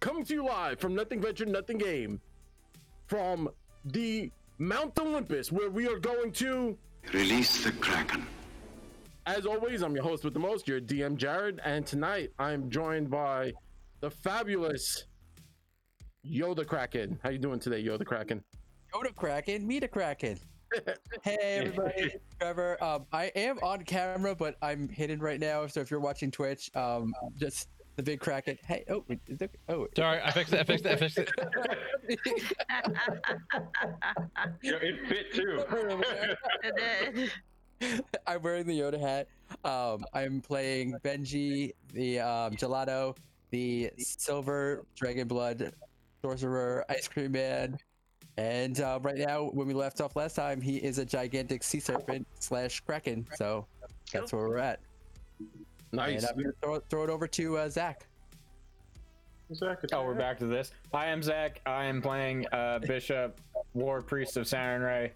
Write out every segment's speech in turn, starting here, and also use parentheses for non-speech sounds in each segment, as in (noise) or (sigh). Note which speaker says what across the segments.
Speaker 1: coming to you live from Nothing Venture, Nothing Game, from the Mount Olympus, where we are going to.
Speaker 2: Release the Kraken.
Speaker 1: As always, I'm your host with the most, your DM Jared, and tonight I'm joined by the fabulous Yoda Kraken. How you doing today, Yoda Kraken?
Speaker 3: Go to Kraken, meet a Kraken. hey everybody, Trevor. Um, I am on camera, but I'm hidden right now. So if you're watching Twitch, um, just the big Kraken. Hey, oh, is it- oh,
Speaker 4: Sorry, I fixed it. I fixed it. I (laughs) fixed it.
Speaker 5: Yeah, it fit too.
Speaker 6: then, (laughs)
Speaker 3: I'm wearing the Yoda hat. Um, I'm playing Benji, the um, Gelato, the Silver Dragon Blood Sorcerer, Ice Cream Man. And uh, right now, when we left off last time, he is a gigantic sea serpent slash kraken. So that's where we're at.
Speaker 1: Nice.
Speaker 3: And I'm gonna throw, throw it over to uh, Zach.
Speaker 4: Oh, we're back to this. Hi, I'm Zach. I am playing uh, Bishop, War Priest of Siren Ray.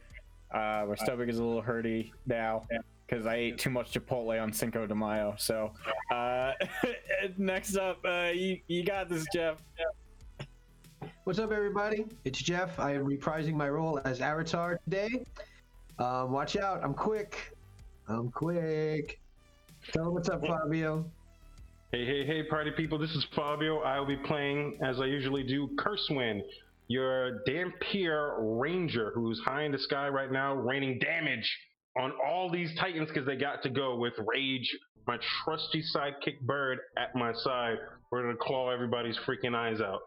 Speaker 4: Uh, my stomach is a little hurty now because I ate too much Chipotle on Cinco de Mayo. So, uh, (laughs) next up, uh, you, you got this, Jeff.
Speaker 7: What's up, everybody? It's Jeff. I am reprising my role as Avatar today. Um, watch out, I'm quick. I'm quick. Tell them what's up, Fabio.
Speaker 5: Hey, hey, hey, party people. This is Fabio. I will be playing, as I usually do, Cursewind, your Dampier Ranger, who's high in the sky right now, raining damage on all these Titans because they got to go with Rage, my trusty sidekick bird at my side. We're going to claw everybody's freaking eyes out.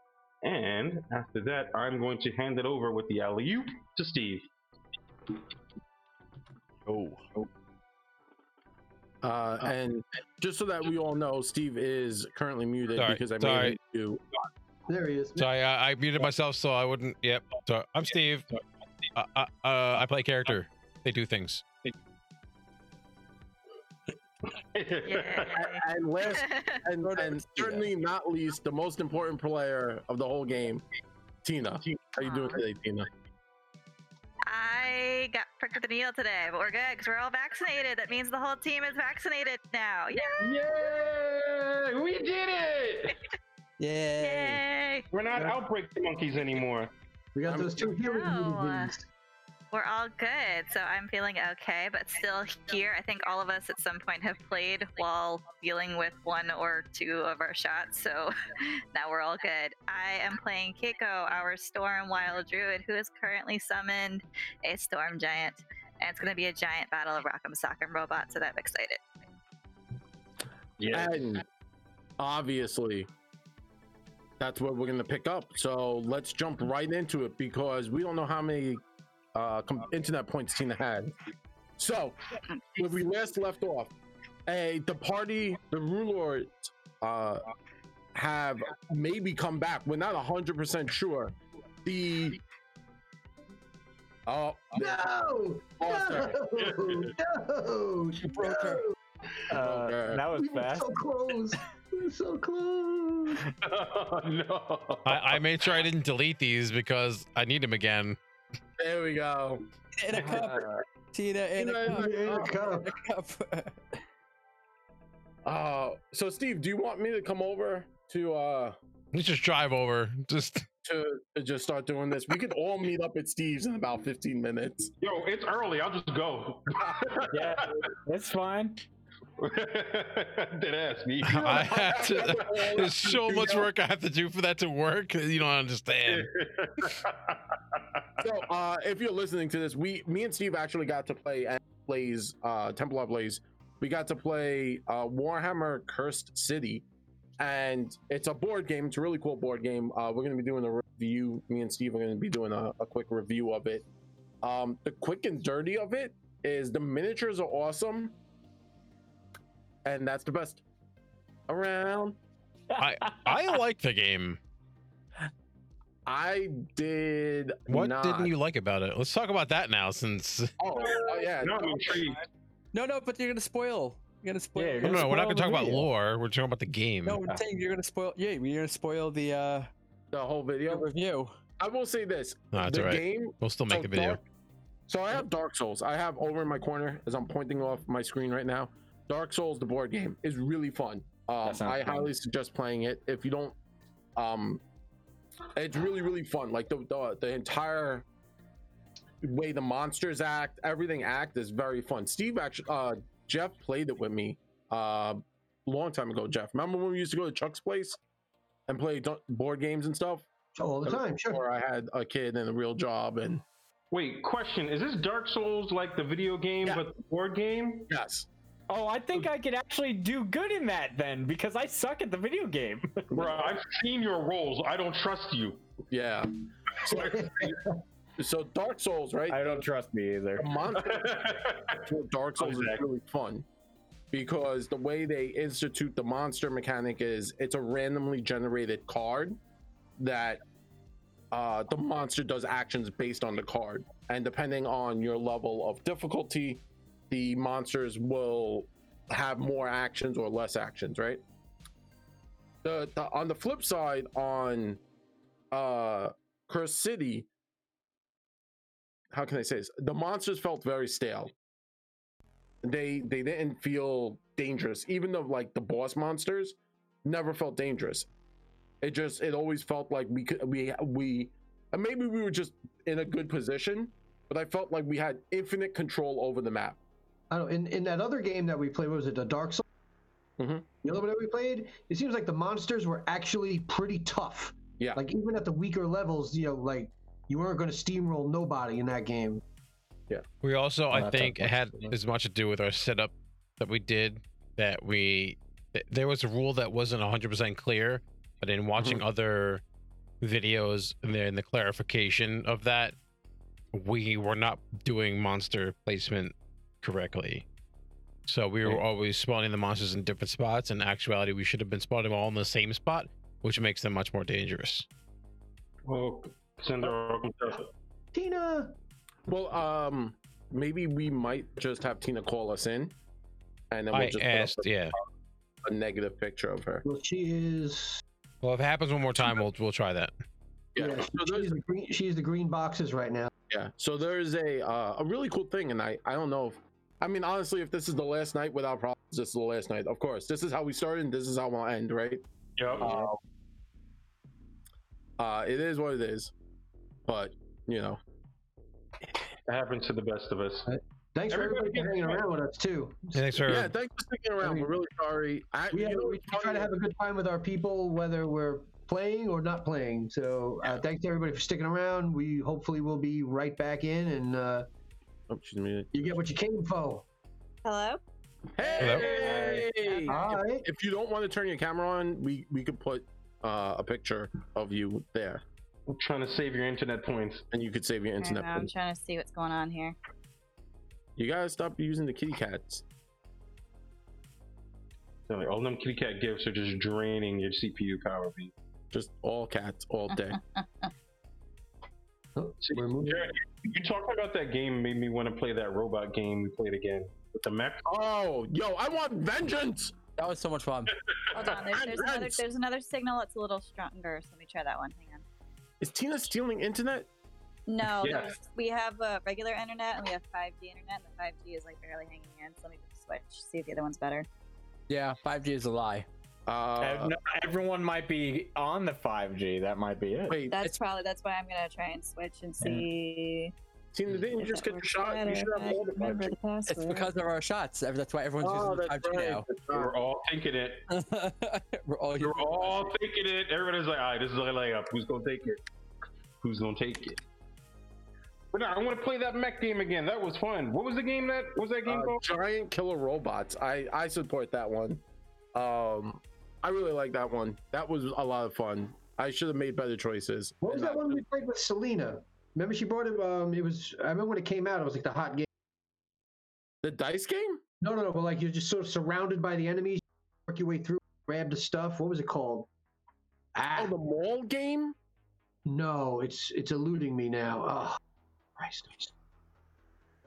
Speaker 5: And after that, I'm going to hand it over with the alley oop to Steve.
Speaker 1: Uh, and just so that we all know, Steve is currently muted
Speaker 4: Sorry,
Speaker 1: because I made
Speaker 4: sorry.
Speaker 1: him do.
Speaker 7: There he is.
Speaker 4: Sorry, I, I muted myself so I wouldn't. Yep. So I'm Steve. Uh, uh, uh, I play character. They do things.
Speaker 5: (laughs)
Speaker 6: yeah.
Speaker 1: And (laughs) last and,
Speaker 3: Throw it over
Speaker 1: and
Speaker 3: to Tina.
Speaker 1: certainly not least, the most important player of the whole game, Tina. How you doing
Speaker 6: Aw.
Speaker 1: today, Tina?
Speaker 6: I got pricked with an eel today, but we're good because we're all vaccinated. That means the whole team is vaccinated now. Yay!
Speaker 5: Yay! We did it!
Speaker 3: Yay!
Speaker 6: Yay!
Speaker 5: We're not outbreak monkeys anymore.
Speaker 7: We got
Speaker 1: I'm-
Speaker 7: those two heroes.
Speaker 6: No.
Speaker 7: meetings.
Speaker 6: We're all good, so I'm feeling okay, but still here. I think all of us at some point have played while dealing with one or two of our shots, so (laughs) now we're all good. I am playing Kiko, our Storm Wild Druid, who is currently summoned a Storm Giant, and it's going to be a giant battle of Rock'em Sock'em Robot, so that I'm excited.
Speaker 5: Yeah.
Speaker 1: And obviously, that's what we're going to pick up. So let's jump right into it because we don't know how many uh, com- internet points Tina had. So when we last left off, a, the party, the rulers, uh, have maybe come back. We're not 100% sure. The. Oh,
Speaker 7: No!
Speaker 1: Awesome.
Speaker 7: No! No!
Speaker 3: She broke her.
Speaker 1: Okay.
Speaker 4: Uh, that was
Speaker 7: We were so close. We were
Speaker 3: (laughs)
Speaker 7: so close.
Speaker 5: (laughs) oh, no.
Speaker 4: I, I made sure I didn't delete these because I need them again.
Speaker 1: there we go.
Speaker 3: In a cup, Tina, in a
Speaker 1: Tina,
Speaker 3: cup.
Speaker 7: We ate a cup.
Speaker 3: In a cup. (laughs)
Speaker 1: Uh, so Steve, do you want me to come over to uh
Speaker 4: Let's just drive over. Just
Speaker 1: to, to just start doing this? We could all meet up at Steve's in about 15 minutes.
Speaker 5: Yo, it's early. I'll just go. (laughs)
Speaker 4: yeah, it's fine.
Speaker 5: Dead ass me.
Speaker 4: I have to. There's so much work I have to do for that to work. You don't understand.
Speaker 1: So uh if you're listening to this, we me and Steve actually got to play at Blaze uh Templar Blaze. We got to play uh Warhammer Cursed City. And it's a board game. It's a really cool board game. Uh, we're going to be doing a review. Me and Steve are going to be doing a, a quick review of it. Um, the quick and dirty of it is the miniatures are awesome, and that's the best around.
Speaker 4: I like the game.
Speaker 1: I did.
Speaker 4: What
Speaker 1: not.
Speaker 4: didn't you like about it? Let's talk about that now, since (laughs)
Speaker 1: Oh, oh, yeah.
Speaker 5: (laughs) No, I'm intrigued.
Speaker 3: No, no, but you're gonna spoil. You're gonna spoil.
Speaker 4: no,
Speaker 3: it.
Speaker 4: no, we're
Speaker 3: Spoil
Speaker 4: not going
Speaker 3: the
Speaker 4: to talk about
Speaker 3: video.
Speaker 4: lore. We're talking about the game.
Speaker 3: No, I'm saying you're gonna spoil. Yeah, you're gonna spoil the uh
Speaker 1: The whole
Speaker 3: the
Speaker 1: video.
Speaker 3: review.
Speaker 1: I will say this:
Speaker 4: No, it's
Speaker 1: the
Speaker 4: all right.
Speaker 1: game
Speaker 4: We'll still make
Speaker 1: So
Speaker 4: the video.
Speaker 1: Dark- so I have Dark Souls. I have over in my corner as I'm pointing off my screen right now. Dark Souls, the board game, is really fun. Um,
Speaker 4: sounds
Speaker 1: I
Speaker 4: fun.
Speaker 1: highly suggest playing it. If you don't, um, It's really really fun. Like the the, the entire way the monsters act, everything act is very fun. Steve actually, uh, Jeff played it with me uh, long time ago. Jeff, remember when we used to go to Chuck's place and play dun- board games and stuff?
Speaker 7: all the
Speaker 1: That was
Speaker 7: time. Sure.
Speaker 1: Before I had a kid and a real job, and
Speaker 5: Wait, question: Is this Dark Souls like the video game,
Speaker 1: Yeah.
Speaker 5: but the board game?
Speaker 1: yes,
Speaker 4: (laughs) Oh, I think I could actually do good in that then because I suck at the video game.
Speaker 5: Bro, I've seen your rolls. I don't trust you. (laughs)
Speaker 1: yeah. So, so Dark Souls, right?
Speaker 4: I don't trust me either.
Speaker 1: The monster for Dark Souls is
Speaker 5: Exactly.
Speaker 1: really fun because the way they institute the monster mechanic is it's a randomly generated card that uh, the monster does actions based on the card, and depending on your level of difficulty, the monsters will have more actions or less actions, right? The, the on the flip side on uh Curse City, how can I say this? The monsters felt very stale. They they didn't feel dangerous. Even though like the boss monsters never felt dangerous. It just it always felt like we could we we and maybe we were just in a good position, but I felt like we had infinite control over the map.
Speaker 7: I don't, in, in that other game that we played, what was it, the Dark Souls?
Speaker 1: Mhm.
Speaker 7: The other one that we played, it seems like the monsters were actually pretty tough.
Speaker 1: Yeah.
Speaker 7: Like even at the weaker levels, you know, like you weren't going to steamroll nobody in that game.
Speaker 8: We also,
Speaker 4: Oh,
Speaker 8: I
Speaker 4: that's
Speaker 8: think, it had
Speaker 4: unfortunate.
Speaker 8: as much to do with our setup that we did that we th- there was a rule that wasn't 100% clear, but in watching
Speaker 1: Mm-hmm.
Speaker 8: other videos and then the clarification of that, we were not doing monster placement correctly. So we were
Speaker 4: Right.
Speaker 8: always spawning the monsters in different spots. In actuality, we should have been spawning them all in the same spot, which makes them much more dangerous.
Speaker 5: Oh, Cinder.
Speaker 7: Tina,
Speaker 1: Well, um maybe we might just have Tina call us in and then we'll
Speaker 8: I
Speaker 1: just put up
Speaker 8: asked, yeah.
Speaker 1: a, a negative picture of her.
Speaker 7: well, she is.
Speaker 8: Well, if it happens one more time, we'll we'll try that.
Speaker 1: Yeah.
Speaker 7: Yeah,
Speaker 1: So there's-
Speaker 7: she's, the green, she's the green boxes right now.
Speaker 1: Yeah. So there's a uh, a really cool thing, and I I don't know. If, I mean, honestly, if this is the last night without problems, this is the last night. Of course, this is how we started, and this is how we'll end, right?
Speaker 5: Yep.
Speaker 1: Uh, uh, it is what it is, but you know,
Speaker 5: It happened to the best of us.
Speaker 7: Thanks for everybody
Speaker 5: Everybody
Speaker 7: for
Speaker 5: gets
Speaker 7: hanging
Speaker 5: one.
Speaker 7: around with us too.
Speaker 8: Thanks for
Speaker 1: yeah. Thanks for sticking around. We're really sorry. I,
Speaker 7: We,
Speaker 1: you
Speaker 7: have,
Speaker 1: know,
Speaker 7: we try to have a good time with our people, whether we're playing or not playing. So uh, thanks to everybody for sticking around. We hopefully will be right back in, and uh,
Speaker 1: Oh, she's muted.
Speaker 7: you get what you came for.
Speaker 9: Hello?
Speaker 1: Hey!
Speaker 7: All right.
Speaker 1: If you don't want to turn your camera on, we we could put uh, a picture of you there,
Speaker 5: I'm trying to save your internet points.
Speaker 1: and you could save your
Speaker 9: I don't
Speaker 1: internet.
Speaker 9: know, I'm
Speaker 1: please.
Speaker 9: um, trying to see what's going on here.
Speaker 1: You gotta stop using the kitty cats.
Speaker 5: They're like, all them kitty cat gifts are just draining your CPU power. B.
Speaker 1: Just all cats all day.
Speaker 7: Oh,
Speaker 5: See,
Speaker 7: we're moving.
Speaker 5: Jared, you talking about that game made me want to play that robot game we played again with the mech.
Speaker 1: Oh, yo, I want vengeance.
Speaker 3: That was so much fun.
Speaker 9: Hold on, there's, there's, another,
Speaker 1: Advance. there's
Speaker 9: there's another signal that's a little stronger, so let me try that one. Hang on.
Speaker 1: Is Tina stealing internet? (laughs)
Speaker 9: No,
Speaker 5: Yeah.
Speaker 9: there's, we have uh, regular internet and we have 5G internet, and the 5G is like barely hanging in, so let me just switch, see if the other one's better.
Speaker 3: Yeah, 5G is a lie.
Speaker 1: Uh,
Speaker 4: Ev- no, everyone might be on the 5G. That might be it.
Speaker 1: wait,
Speaker 9: That's
Speaker 3: It's-
Speaker 9: probably, that's why I'm going to try and switch and see.
Speaker 1: Tina, didn't you
Speaker 9: if
Speaker 1: just
Speaker 9: it
Speaker 1: get the
Speaker 9: works
Speaker 1: shot?
Speaker 9: better,
Speaker 1: You should
Speaker 9: if I
Speaker 1: have all the
Speaker 9: remember
Speaker 1: vengeance.
Speaker 9: the
Speaker 3: It's
Speaker 9: password.
Speaker 3: because of our shots. That's why everyone's
Speaker 1: Oh,
Speaker 3: using
Speaker 1: that's
Speaker 3: 5G
Speaker 1: right.
Speaker 5: We were all thinking it.
Speaker 3: now. (laughs) We're all
Speaker 5: We
Speaker 3: using
Speaker 5: were all thinking it. Everybody's like, all right, this is a layup. Who's gonna take it? Who's gonna take it? But no, I want to play that mech game again. That was fun. What was the game that what was that game
Speaker 1: Uh,
Speaker 5: called?
Speaker 1: giant killer robots. I I support that one. Um, I really like that one. That was a lot of fun. I should have made better choices.
Speaker 7: What was
Speaker 1: And uh,
Speaker 7: that one we played with Selena? Remember she brought it. Um, it was. I remember when it came out. It was like the hot game.
Speaker 1: The dice game?
Speaker 7: No, no, no. But like you're just sort of surrounded by the enemies. Work your way through. Grab the stuff. What was it called? Ah,
Speaker 1: Oh, the mall game?
Speaker 7: no. It's it's eluding me now. Oh, Christ.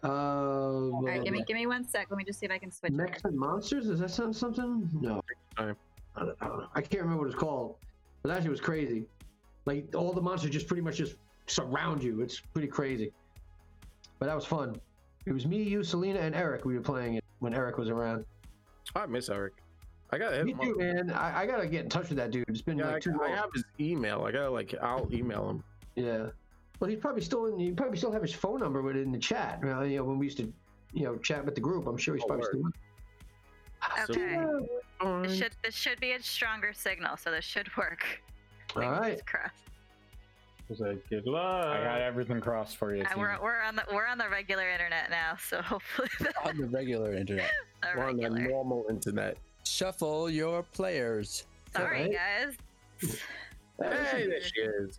Speaker 7: Um, Uh,
Speaker 9: All right, give me, give me one sec. Let me just see if I can switch. over.
Speaker 7: Mechs and monsters. Does that sound something? No.
Speaker 1: Alright.
Speaker 7: I don't, I don't know. I can't remember what it's called. But that shit was crazy. Like all the monsters just pretty much just surround you. It's pretty crazy. But that was fun. It was me, you, Selena, and Eric. We were playing it when Eric was around.
Speaker 1: I miss Eric. I gotta hit
Speaker 7: Me
Speaker 1: him up.
Speaker 7: too, man. I, I gotta get in touch with that dude. It's been
Speaker 1: Yeah,
Speaker 7: like two.
Speaker 1: I, I
Speaker 7: months.
Speaker 1: have his email. I gotta like, I'll email him.
Speaker 7: Yeah. Well, he's probably still in. He probably still have his phone number with it in the chat. You know, you know, when we used to, you know, chat with the group, I'm sure he's
Speaker 1: Oh,
Speaker 7: probably
Speaker 1: word.
Speaker 7: still.
Speaker 6: Okay.
Speaker 1: Alright.
Speaker 6: This should this should be a stronger signal, so this should work.
Speaker 7: All right.
Speaker 6: Fingers crossed.
Speaker 5: was like, good
Speaker 4: I got
Speaker 5: luck.
Speaker 4: everything crossed for you.
Speaker 6: And we're,
Speaker 4: Steven.
Speaker 6: we're on the we're on the regular internet now,
Speaker 9: (laughs)
Speaker 6: so hopefully the,
Speaker 3: on the regular internet.
Speaker 6: the
Speaker 1: We're on that
Speaker 6: regular.
Speaker 1: normal internet.
Speaker 3: Shuffle your players.
Speaker 6: Sorry, guys.
Speaker 1: Hey, there she is.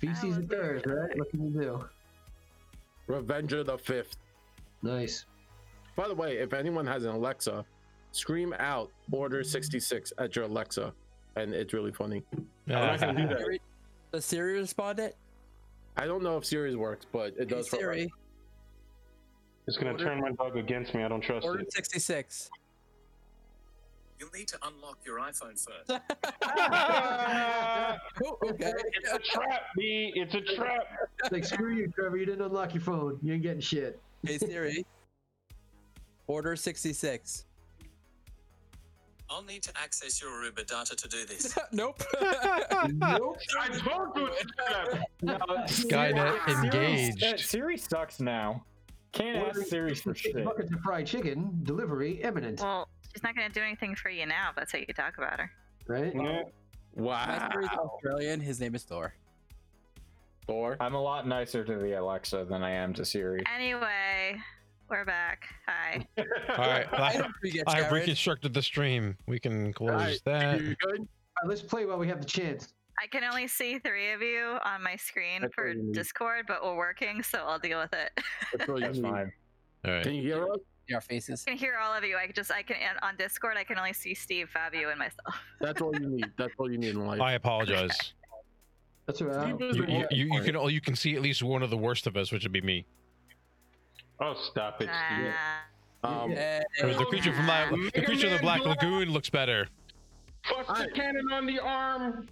Speaker 7: Feces and thirst, right? What can you do?
Speaker 1: Revenger the Fifth.
Speaker 7: Nice.
Speaker 1: By the way, if anyone has an Alexa, scream out Order 66 at your Alexa. And it's really funny.
Speaker 5: I'm not
Speaker 8: uh,
Speaker 5: (laughs) gonna do that.
Speaker 3: Siri- Does Siri respond it?
Speaker 1: I don't know if Siri's works, but it
Speaker 3: Hey,
Speaker 1: does for us.
Speaker 3: Siri,
Speaker 5: It's gonna turn my dog against me. I don't trust
Speaker 3: order
Speaker 5: it.
Speaker 3: 66.
Speaker 10: You'll need to unlock your iPhone first.
Speaker 5: (laughs) Ah,
Speaker 3: Oh, okay.
Speaker 5: it's a trap, B. It's a trap.
Speaker 7: Like screw you, Trevor. You didn't unlock your phone. You ain't
Speaker 4: (laughs)
Speaker 7: getting shit.
Speaker 3: Hey, Siri, order 66.
Speaker 10: I'll need to access your Uber data to do this.
Speaker 3: (laughs) nope.
Speaker 7: nope.
Speaker 5: I told you it's a trap.
Speaker 4: No,
Speaker 8: Skynet
Speaker 4: Siri-
Speaker 8: engaged.
Speaker 4: Siri sucks now. Can't ask Siri
Speaker 7: (laughs)
Speaker 4: for shit.
Speaker 7: Buckets of fried chicken delivery imminent.
Speaker 6: Well, she's not gonna do anything for you now. If that's how you talk about her.
Speaker 7: Right.
Speaker 5: Yeah.
Speaker 3: My
Speaker 1: Wow.
Speaker 3: Siri's Australian. His name is Thor.
Speaker 1: Thor.
Speaker 4: I'm a lot nicer to the Alexa than I am to Siri.
Speaker 6: Anyway, we're back.
Speaker 1: (laughs)
Speaker 6: Hi.
Speaker 8: All right,
Speaker 5: (laughs)
Speaker 3: I
Speaker 8: I,
Speaker 3: don't forget.
Speaker 8: I
Speaker 3: Jared.
Speaker 8: reconstructed the stream. We can close
Speaker 1: Alright,
Speaker 8: that.
Speaker 1: You good?
Speaker 7: All right, let's play while we have the chance.
Speaker 6: I can only see three of you on my screen
Speaker 1: That's
Speaker 6: for
Speaker 1: what you need.
Speaker 6: Discord, but we're working, so I'll deal with it.
Speaker 1: That's
Speaker 6: (laughs)
Speaker 1: all you
Speaker 4: That's
Speaker 1: need.
Speaker 4: fine.
Speaker 8: All right.
Speaker 1: Can you hear us?
Speaker 3: our faces.
Speaker 6: I can hear all of you. I just I can and on Discord. I can only see Steve, Fabio, and myself.
Speaker 1: That's all you need. That's all you need in life.
Speaker 8: I apologize.
Speaker 7: That's what uh, I.
Speaker 1: Steve is
Speaker 8: You,
Speaker 1: the
Speaker 8: you,
Speaker 1: worst
Speaker 8: you, you
Speaker 1: part.
Speaker 8: can all you can see at least one of the worst of us, which would be me.
Speaker 5: Oh, stop it, Steve.
Speaker 6: Ah.
Speaker 1: Um,
Speaker 3: Hey,
Speaker 8: Whereas the creature from La- the creature of the Black Lagoon looks better.
Speaker 5: Fuck the
Speaker 1: Alright.
Speaker 5: cannon on the arm.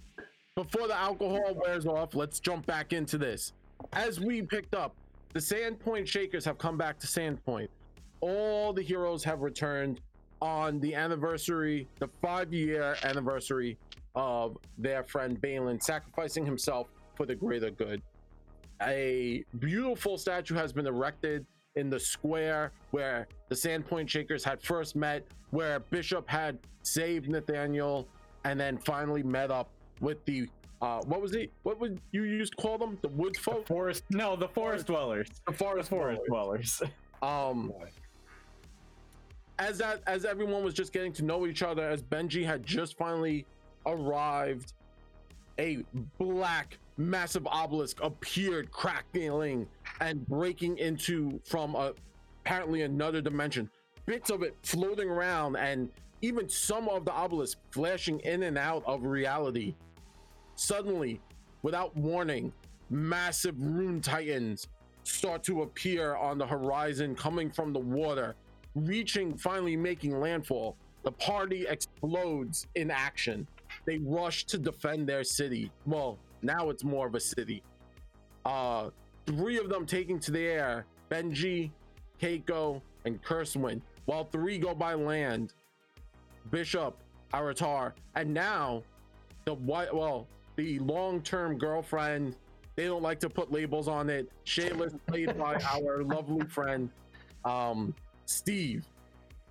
Speaker 1: before the alcohol wears off, let's jump back into this. As we picked up, the Sandpoint Shakers have come back to Sandpoint. All the heroes have returned on the anniversary, the five year anniversary of their friend Balin sacrificing himself for the greater good. A beautiful statue has been erected in the square where the Sandpoint Shakers had first met, where Bishop had saved Nathaniel and then finally met up with the uh what was it what would you used to call them the wood
Speaker 4: The
Speaker 1: folk
Speaker 4: forest. No, the forest dwellers.
Speaker 1: the
Speaker 4: The
Speaker 1: forest
Speaker 4: forest dwellers. (laughs)
Speaker 1: um as that as everyone was just getting to know each other as benji had just finally arrived a black massive obelisk appeared crackling and breaking into from a, apparently another dimension bits of it floating around and even some of the obelisk flashing in and out of reality suddenly without warning massive rune titans start to appear on the horizon coming from the water, reaching finally making landfall. The party explodes in action. They rush to defend their city. Well, now it's more of a city. Uh three of them taking to the air, Benji, Keiko, and Kurswin, while three go by land. Bishop, Aratar, and now the white well, the long-term girlfriend they don't like to put labels on it. Shayla's played by our lovely friend um, Steve.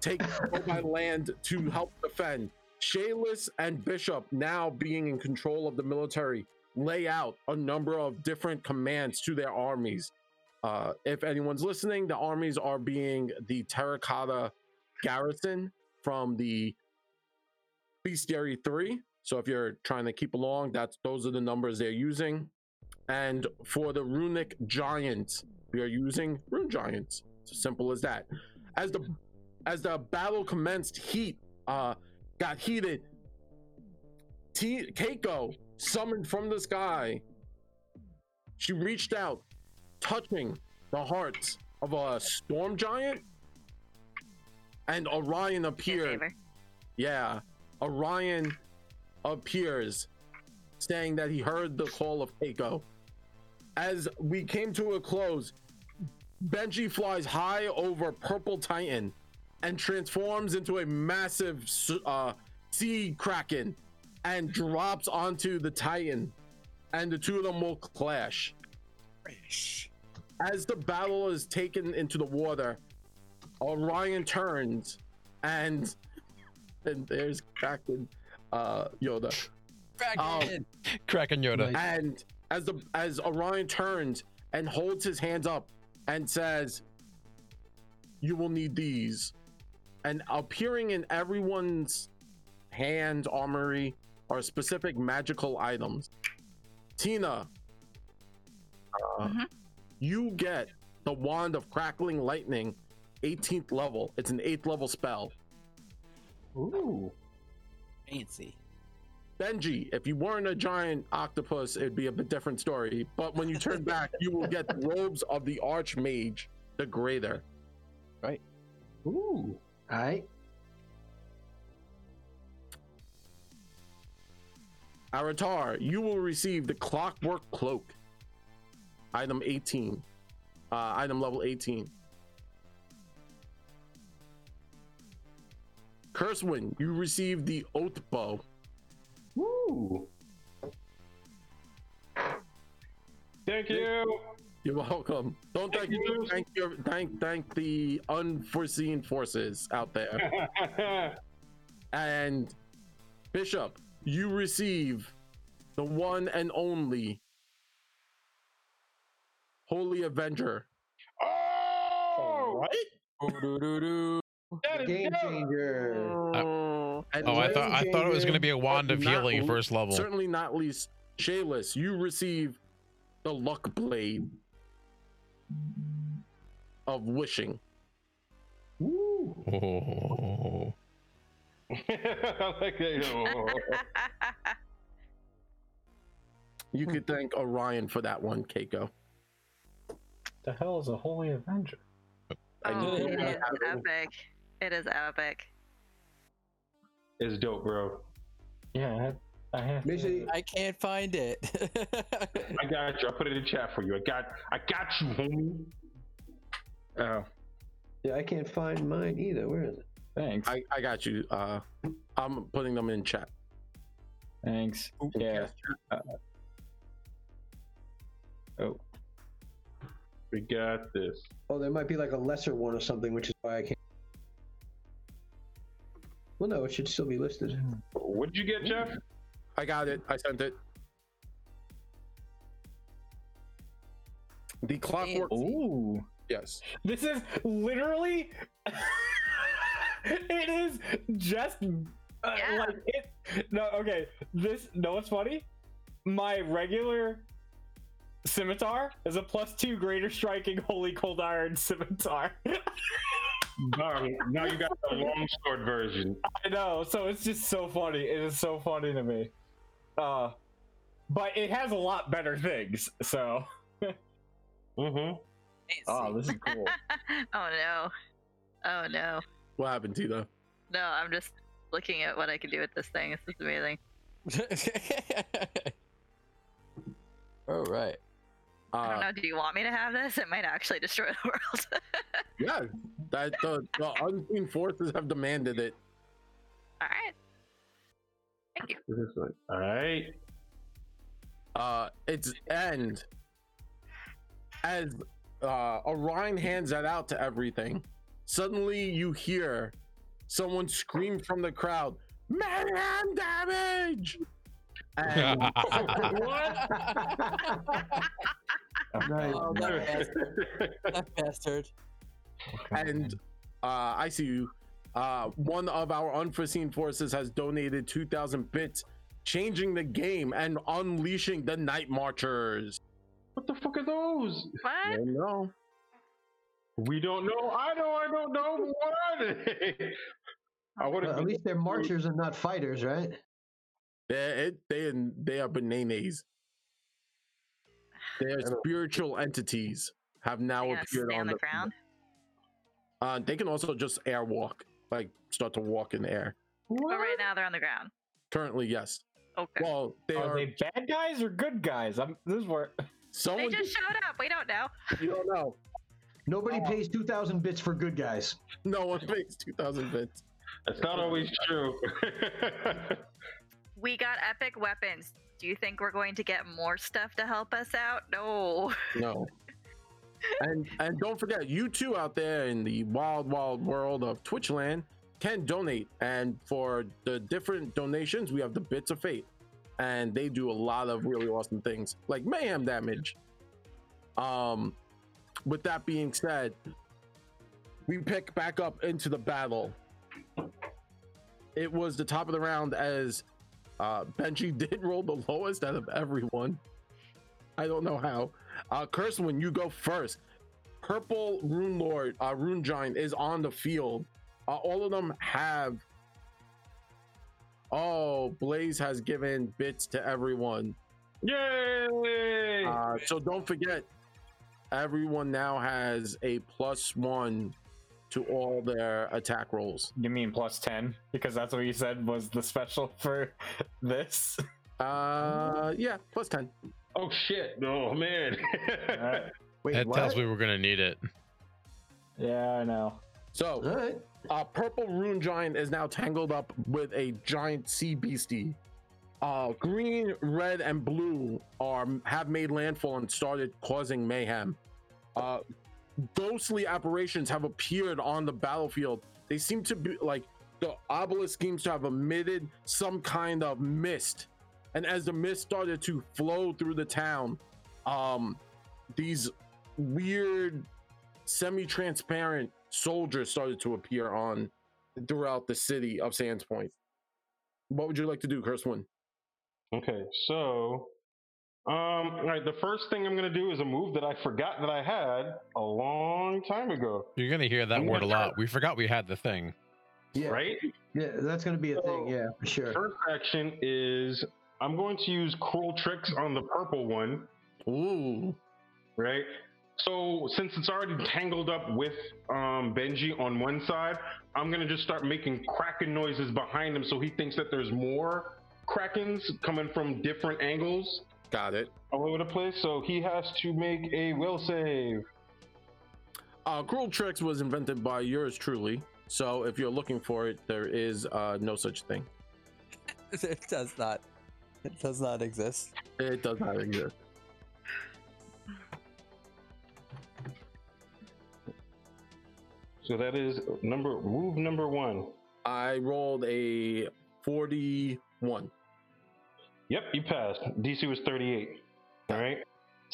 Speaker 1: Take over my land to help defend. Shayla's and Bishop, now being in control of the military, lay out a number of different commands to their armies. Uh, if anyone's listening, the armies are being the Terracotta Garrison from the Bestiary 3. So if you're trying to keep along, that's those are the numbers they're using. And for the runic giants, we are using rune giants. It's as simple as that. As the as the battle commenced, heat uh got heated. T- Keiko summoned from the sky. She reached out, touching the hearts of a storm giant, and Orion
Speaker 6: Your
Speaker 1: appeared.
Speaker 6: favor.
Speaker 1: Yeah, Orion appears, saying that he heard the call of Keiko. As we came to a close, Benji flies high over Purple Titan, and transforms into a massive s- uh, sea kraken and drops onto the Titan, and the two of them will clash. As the battle is taken into the water, Orion turns and and there's Kraken uh, Yoda.
Speaker 3: Kraken!
Speaker 8: Kraken Yoda.
Speaker 1: And as the as Orion turns and holds his hands up and says, "You will need these," and appearing in everyone's hand armory are specific magical items. Tina, uh, you get the wand of crackling lightning, 18th level. It's an eighth level spell.
Speaker 5: Ooh.
Speaker 3: Fancy.
Speaker 1: Benji, if you weren't a giant octopus, it'd be a bit different story. But when you turn back, you will get the robes of the Archmage, the Greater.
Speaker 3: Right.
Speaker 7: Ooh. All right.
Speaker 1: Aratar, you will receive the Clockwork Cloak, item 18, uh, item level 18. Cursewind, you receive the Oath Bow.
Speaker 5: Ooh. Thank you.
Speaker 1: You're welcome. Don't thank
Speaker 5: you.
Speaker 1: thank your thank thank the unforeseen forces out there.
Speaker 5: (laughs)
Speaker 1: and Bishop, you receive the one and only Holy Avenger.
Speaker 5: oh,
Speaker 4: What?
Speaker 5: that is
Speaker 7: Game
Speaker 5: dope.
Speaker 7: changer.
Speaker 1: And
Speaker 8: Oh, I
Speaker 1: last
Speaker 8: thought I thought it was gonna be a wand
Speaker 1: but
Speaker 8: of
Speaker 1: not
Speaker 8: healing
Speaker 1: le-
Speaker 8: first level.
Speaker 1: Certainly not least, Shayless, you receive the Luck Blade of Wishing.
Speaker 5: Ooh.
Speaker 8: Oh.
Speaker 5: (laughs) I
Speaker 6: (laughs)
Speaker 5: like that. Oh,
Speaker 1: You could thank Orion for that one, Keiko.
Speaker 4: The hell is a holy avenger?
Speaker 1: I
Speaker 6: Oh,
Speaker 1: knew
Speaker 6: it
Speaker 1: you
Speaker 6: is
Speaker 1: had it.
Speaker 6: epic. It is epic. (laughs)
Speaker 5: It's dope, bro.
Speaker 4: Yeah, I, I have.
Speaker 7: Basically,
Speaker 3: (laughs) I can't find it.
Speaker 5: I got you. I put it in the chat for you. I got I got you, homie.
Speaker 4: Oh,
Speaker 7: yeah, I can't find mine either. Where is it?
Speaker 4: thanks.
Speaker 1: I, I got you. Uh, I'm putting them in chat.
Speaker 4: Thanks. Yeah. Oh,
Speaker 5: We got this.
Speaker 7: Oh, there might be like a lesser one or something, which is why I can't. Well, no, it should still
Speaker 4: (laughs)
Speaker 7: be listed.
Speaker 5: What'd you get, (laughs) Jeff?
Speaker 1: I got it. I sent it. The clockwork.
Speaker 4: ooh.
Speaker 1: Yes.
Speaker 4: This is literally. (laughs) it is just uh,
Speaker 6: Yeah.
Speaker 4: like it. No, okay. This. No, what's funny? My regular scimitar is a plus two greater striking (laughs) holy cold iron scimitar. (laughs)
Speaker 5: Bang. now you got the longsword version.
Speaker 4: I know. So it's just so funny. It is so funny to me. Uh, but it has a lot better things. So.
Speaker 5: Mm-hmm.
Speaker 4: Oh, this is
Speaker 7: (laughs)
Speaker 4: cool.
Speaker 6: oh no. Oh no.
Speaker 1: What happened to you though?
Speaker 6: No, I'm just looking at what I can do with this thing. This is amazing.
Speaker 3: (laughs) All right.
Speaker 6: I don't
Speaker 1: Uh,
Speaker 6: know. Do you want me to have this? (laughs) It might actually destroy the world.
Speaker 1: yeah. That the, the unseen forces have demanded it.
Speaker 6: All right.
Speaker 5: All right.
Speaker 1: Uh, its end. As uh, Orion hands that out to everything, suddenly you hear someone scream from the crowd, "Mayhem damage!"
Speaker 8: (laughs)
Speaker 1: And
Speaker 7: Nice.
Speaker 3: Oh, that bastard.
Speaker 5: (laughs)
Speaker 3: That bastard. (laughs)
Speaker 1: and uh, I see you. Uh, one of our unforeseen forces has donated 2,000 bits, changing the game and unleashing the Night Marchers.
Speaker 5: What the fuck are those?
Speaker 1: I
Speaker 6: What?
Speaker 1: know.
Speaker 5: We don't know. I know. I don't know. But what are they? (laughs) I would
Speaker 7: Well, at
Speaker 5: have.
Speaker 7: least they're marchers and not fighters, right?
Speaker 1: They it, they they are bananas. Their spiritual entities have
Speaker 6: I
Speaker 1: now
Speaker 6: gonna
Speaker 1: appeared
Speaker 6: stay
Speaker 1: on the, (laughs)
Speaker 6: ground.
Speaker 1: Uh, they can also just airwalk, like start to walk in the air.
Speaker 6: But right now they're on the ground.
Speaker 1: Currently, yes.
Speaker 6: Okay.
Speaker 1: Well, they
Speaker 4: Are
Speaker 1: are.
Speaker 4: they bad guys or good guys? I'm. This is where.
Speaker 1: someone (laughs)
Speaker 6: they just showed up. We don't know.
Speaker 1: you don't know.
Speaker 4: Oh.
Speaker 7: Nobody pays 2,000 bits for good guys.
Speaker 1: No one (laughs) pays 2,000 bits.
Speaker 5: That's not always true. (laughs)
Speaker 6: We got epic weapons. Do you think we're going to get more stuff to help us out? No.
Speaker 1: No. and and don't forget, you too out there in the wild, wild world of Twitchland can donate. And for the different donations, we have the Bits of Fate, and they do a lot of really awesome things like mayhem damage. Um, with that being said, we pick back up into the battle. It was the top of the round as uh, Benji (laughs) did roll the lowest out of everyone. I don't know how. Uh, Cursewind, you go first. Purple Rune Lord, uh, Rune Giant is on the field. Uh, all of them have. Oh, Blaze has given bits to everyone.
Speaker 5: Yay!
Speaker 1: Uh, so don't forget, everyone now has a plus one to all their attack rolls.
Speaker 4: You mean plus 10? Because that's what you said was the special (laughs) for this.
Speaker 1: Uh, yeah, plus ten.
Speaker 5: oh shit! Oh man!
Speaker 4: Alright.
Speaker 7: Wait,
Speaker 8: that
Speaker 7: what?
Speaker 8: tells me we're gonna need it.
Speaker 4: Yeah, I know.
Speaker 1: So.
Speaker 7: All right.
Speaker 1: uh, purple rune giant is now tangled up with a giant sea beastie. Uh, green, red, and blue are have made landfall and started causing mayhem. Uh, ghostly apparitions have appeared on the battlefield. They seem to be like the obelisk seems to have emitted some kind of mist, and as the mist started to flow through the town, um, these weird semi-transparent soldiers started to appear on throughout the city of Sands Point. What would you like to do, Curse One?
Speaker 5: (laughs) Okay, so um all right, the first thing I'm gonna do is a move that I forgot that I had a long time ago.
Speaker 8: You're gonna hear that word a lot. We forgot we had the thing.
Speaker 7: Yeah,
Speaker 5: Right?
Speaker 7: yeah, that's gonna be a
Speaker 5: So-
Speaker 7: thing. Yeah, for sure.
Speaker 5: First action is I'm going to use cruel tricks on the purple one,
Speaker 1: Ooh.
Speaker 5: right? So since it's already tangled up with um, Benji on one side, I'm gonna just start making kraken noises behind him, so he thinks that there's more krakens coming from different angles
Speaker 1: Got it.
Speaker 5: all over the place. So he has to make a will save.
Speaker 1: Uh, Cruel Tricks was invented by yours truly. So if you're looking for it, there is uh, no such thing.
Speaker 3: It does not. It does not exist.
Speaker 1: It does not exist.
Speaker 5: So that is number move number one.
Speaker 1: I rolled a 41.
Speaker 5: Yep, you passed. DC was 38. All right.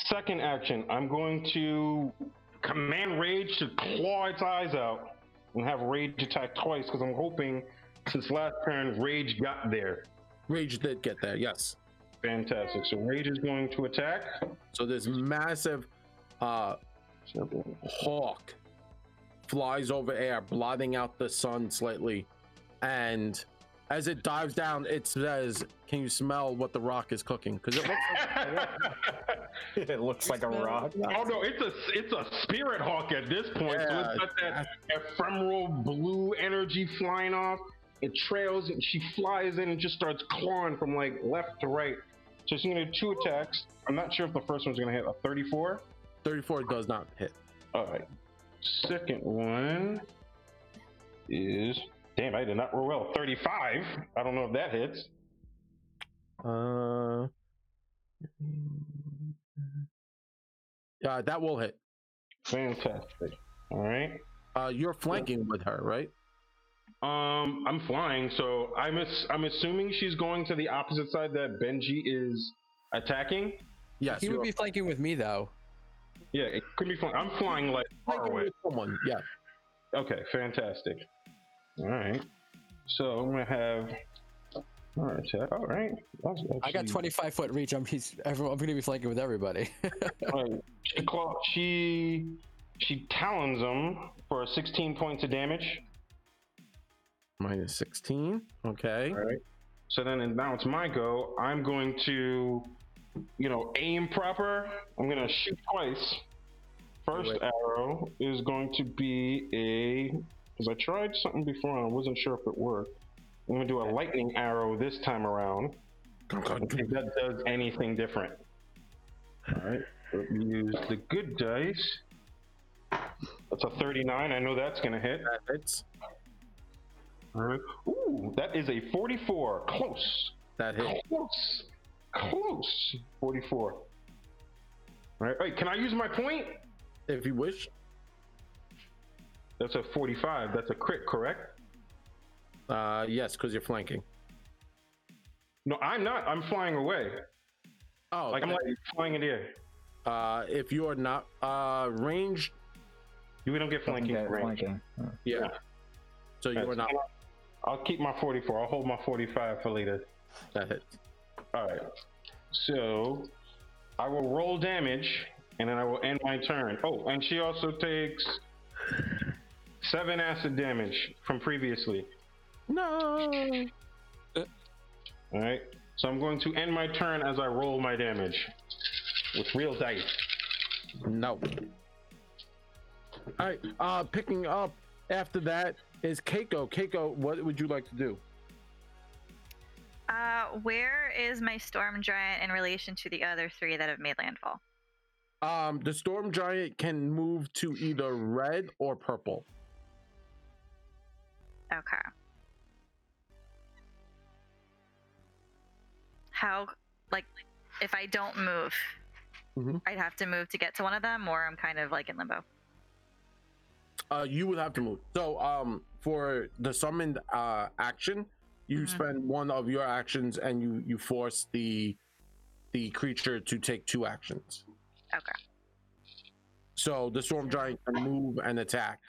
Speaker 5: Second action, I'm going to command Rage to claw its eyes out and have Rage attack twice because I'm hoping since last turn Rage got there.
Speaker 1: Rage did get there, yes.
Speaker 5: Fantastic. So Rage is going to attack.
Speaker 1: So this massive uh,
Speaker 5: (laughs)
Speaker 1: hawk flies over air, blotting out the sun slightly. And as it dives down, it says, Can you smell what the rock is cooking? Because it looks
Speaker 4: it looks like a rock.
Speaker 5: Oh no, it's a it's a spirit hawk at this point. so it's got that ephemeral blue energy flying off. It trails and she flies in and just starts clawing from like left to right. So she's gonna do two attacks. I'm not sure if the first one's gonna hit a 34.
Speaker 1: 34 does not hit.
Speaker 5: Alright. Second one is damn, I did not roll well. 35. I don't know if that hits.
Speaker 1: Uh, uh, that will hit.
Speaker 5: Fantastic. Alright.
Speaker 1: Uh, you're flanking with her, right?
Speaker 5: Um, I'm flying, so I'm ass- I'm assuming she's going to the opposite side that Benji is attacking.
Speaker 1: Yes.
Speaker 3: He
Speaker 1: you
Speaker 3: would
Speaker 1: are
Speaker 3: be flanking with me though.
Speaker 5: Yeah, it could be flying. I'm flying like far
Speaker 1: flanking
Speaker 5: away.
Speaker 1: with someone. Yeah.
Speaker 5: Okay, fantastic. All right, so I'm gonna have. All right, check. all right. That's
Speaker 3: I got
Speaker 5: actually-
Speaker 3: 25 foot reach. I'm, he's, everyone, I'm gonna be flanking with everybody.
Speaker 5: all right. She claw- she she talons him for 16 points of damage.
Speaker 1: Minus 16. Okay.
Speaker 5: So then and now it's my go. I'm going to, you know, aim proper. I'm gonna shoot twice. First
Speaker 1: it.
Speaker 5: arrow is going to be a because I tried something before and I wasn't sure if it worked. I'm gonna do a lightning arrow this time around. If that does anything different. Alright. Let me use the good dice. That's a 39. I know that's going to hit.
Speaker 1: That hits.
Speaker 5: All right. Ooh, that is a 44. Close.
Speaker 1: That hit.
Speaker 5: Close. Close. 44. All right. Wait, can I use my point?
Speaker 1: If you wish.
Speaker 5: That's a 45. That's a crit, correct?
Speaker 1: Uh, yes, because you're flanking.
Speaker 5: No, I'm not. I'm flying away.
Speaker 1: Oh,
Speaker 5: Like, I'm like flying in the air.
Speaker 1: uh, if you are not uh ranged,
Speaker 5: We don't get flanking.
Speaker 4: Okay,
Speaker 5: range.
Speaker 4: flanking.
Speaker 1: yeah. So you
Speaker 5: All
Speaker 1: are
Speaker 5: right,
Speaker 1: not
Speaker 5: so I'll keep my 44. I'll hold my 45 for later.
Speaker 1: that hit.
Speaker 5: All right. So I will roll damage and then I will end my turn. Oh, and she also takes seven acid damage from previously.
Speaker 1: No.
Speaker 5: All right. So I'm going to end my turn as I roll my damage with real dice.
Speaker 1: No. All right. Uh, picking up after that is Keiko. Keiko, what would you like to do?
Speaker 6: Uh, where is my storm giant in relation to the other three that have made landfall?
Speaker 1: Um, the storm giant can move to either red or purple.
Speaker 6: Okay. How, like, if I don't move,
Speaker 1: Mhm.
Speaker 6: I'd have to move to get to one of them, or I'm kind of like in limbo.
Speaker 1: Uh, you would have to move. So, um, for the summoned uh action, you
Speaker 6: Mhm.
Speaker 1: spend one of your actions and you you force the the creature to take two actions.
Speaker 6: Okay.
Speaker 1: So the storm giant can move and attack.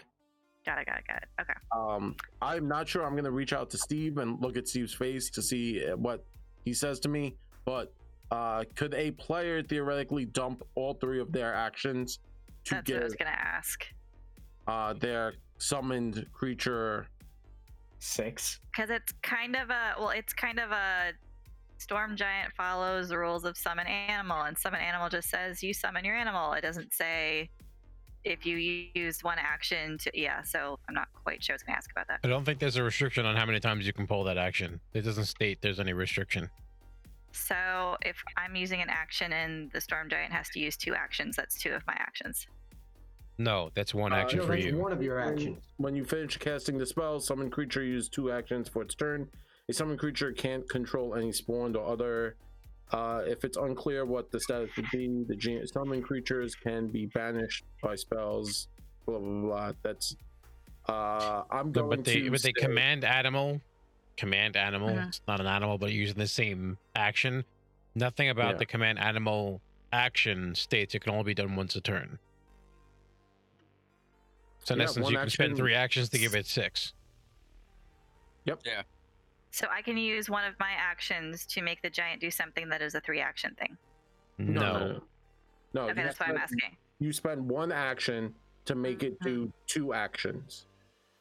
Speaker 6: Got it, got it, got it. Okay.
Speaker 1: Um, I'm not sure. I'm gonna reach out to Steve and look at Steve's face to see uh, what he says to me. But uh, could a player theoretically dump all three of their actions to
Speaker 6: That's what I
Speaker 1: get
Speaker 6: was going to ask.
Speaker 1: uh, their summoned creature?
Speaker 4: Six.
Speaker 6: Because it's kind of a, well, it's kind of a storm giant follows the rules of summon animal, and summon animal just says you summon your animal. It doesn't say if you use one action to, yeah, so I'm not quite sure I was going to ask about that.
Speaker 8: I don't think there's a restriction on how many times you can pull that action. It doesn't state there's any restriction.
Speaker 6: So if I'm using an action and the storm giant has to use two actions, that's two of my actions.
Speaker 8: No, that's one
Speaker 1: Uh,
Speaker 8: action
Speaker 1: no,
Speaker 8: for
Speaker 7: that's
Speaker 8: you.
Speaker 7: one of your actions.
Speaker 1: When you finish casting the spell, summoned creature uses two actions for its turn. A summoned creature can't control any spawned or other. Uh, if it's unclear what the status would be, the gen- summoned creatures can be banished by spells. Blah blah blah. That's. Uh, I'm
Speaker 8: No,
Speaker 1: going
Speaker 8: but they
Speaker 1: to.
Speaker 8: but they
Speaker 1: say-
Speaker 8: command animal, command animal.
Speaker 6: Uh-huh.
Speaker 8: It's not an animal, but using the same action. Nothing about
Speaker 1: Yeah.
Speaker 8: the command animal action states it can only be done once a turn. So in
Speaker 1: Yeah,
Speaker 8: essence,
Speaker 1: one
Speaker 8: you can spend
Speaker 1: action-
Speaker 8: three actions to give it six.
Speaker 6: So I can use one of my actions to make the giant do something that is a three action thing.
Speaker 8: No,
Speaker 1: No, you
Speaker 6: okay, that's why
Speaker 1: have
Speaker 6: I'm
Speaker 1: to-
Speaker 6: asking. Mm-hmm.
Speaker 1: You spend one action to make it do two actions.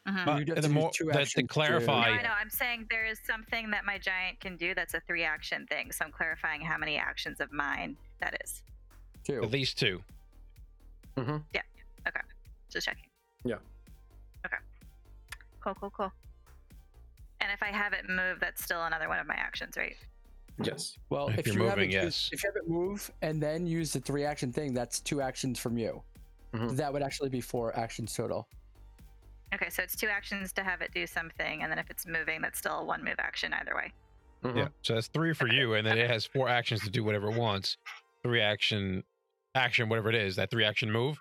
Speaker 6: Mhm.
Speaker 8: But
Speaker 3: You'd have
Speaker 8: the
Speaker 3: to use
Speaker 8: more
Speaker 3: two
Speaker 8: that
Speaker 3: actions to-
Speaker 8: to
Speaker 6: No,
Speaker 8: clarify,
Speaker 6: I know. I'm saying there is something that my giant can do that's a three action thing. So I'm clarifying how many actions of mine that is.
Speaker 3: Two.
Speaker 8: at least two.
Speaker 6: Just checking.
Speaker 1: Yeah.
Speaker 6: Okay. Cool, cool, cool. And if I have it move, that's still another one of my actions, right?
Speaker 1: Yes.
Speaker 3: Well,
Speaker 8: If
Speaker 3: if,
Speaker 8: you're
Speaker 3: you
Speaker 8: moving,
Speaker 3: haven't used-
Speaker 8: yes.
Speaker 3: if you haven't move and then use the three action thing, that's two actions from you.
Speaker 1: Mhm.
Speaker 3: That would actually be four actions total.
Speaker 6: Okay, so it's two actions to have it do something, and then if it's moving, that's still a one move action either way.
Speaker 1: Mm-hmm.
Speaker 8: Yeah. So that's three for you, and then it has four actions to do whatever it wants. Three action, action, whatever it is, that three action move.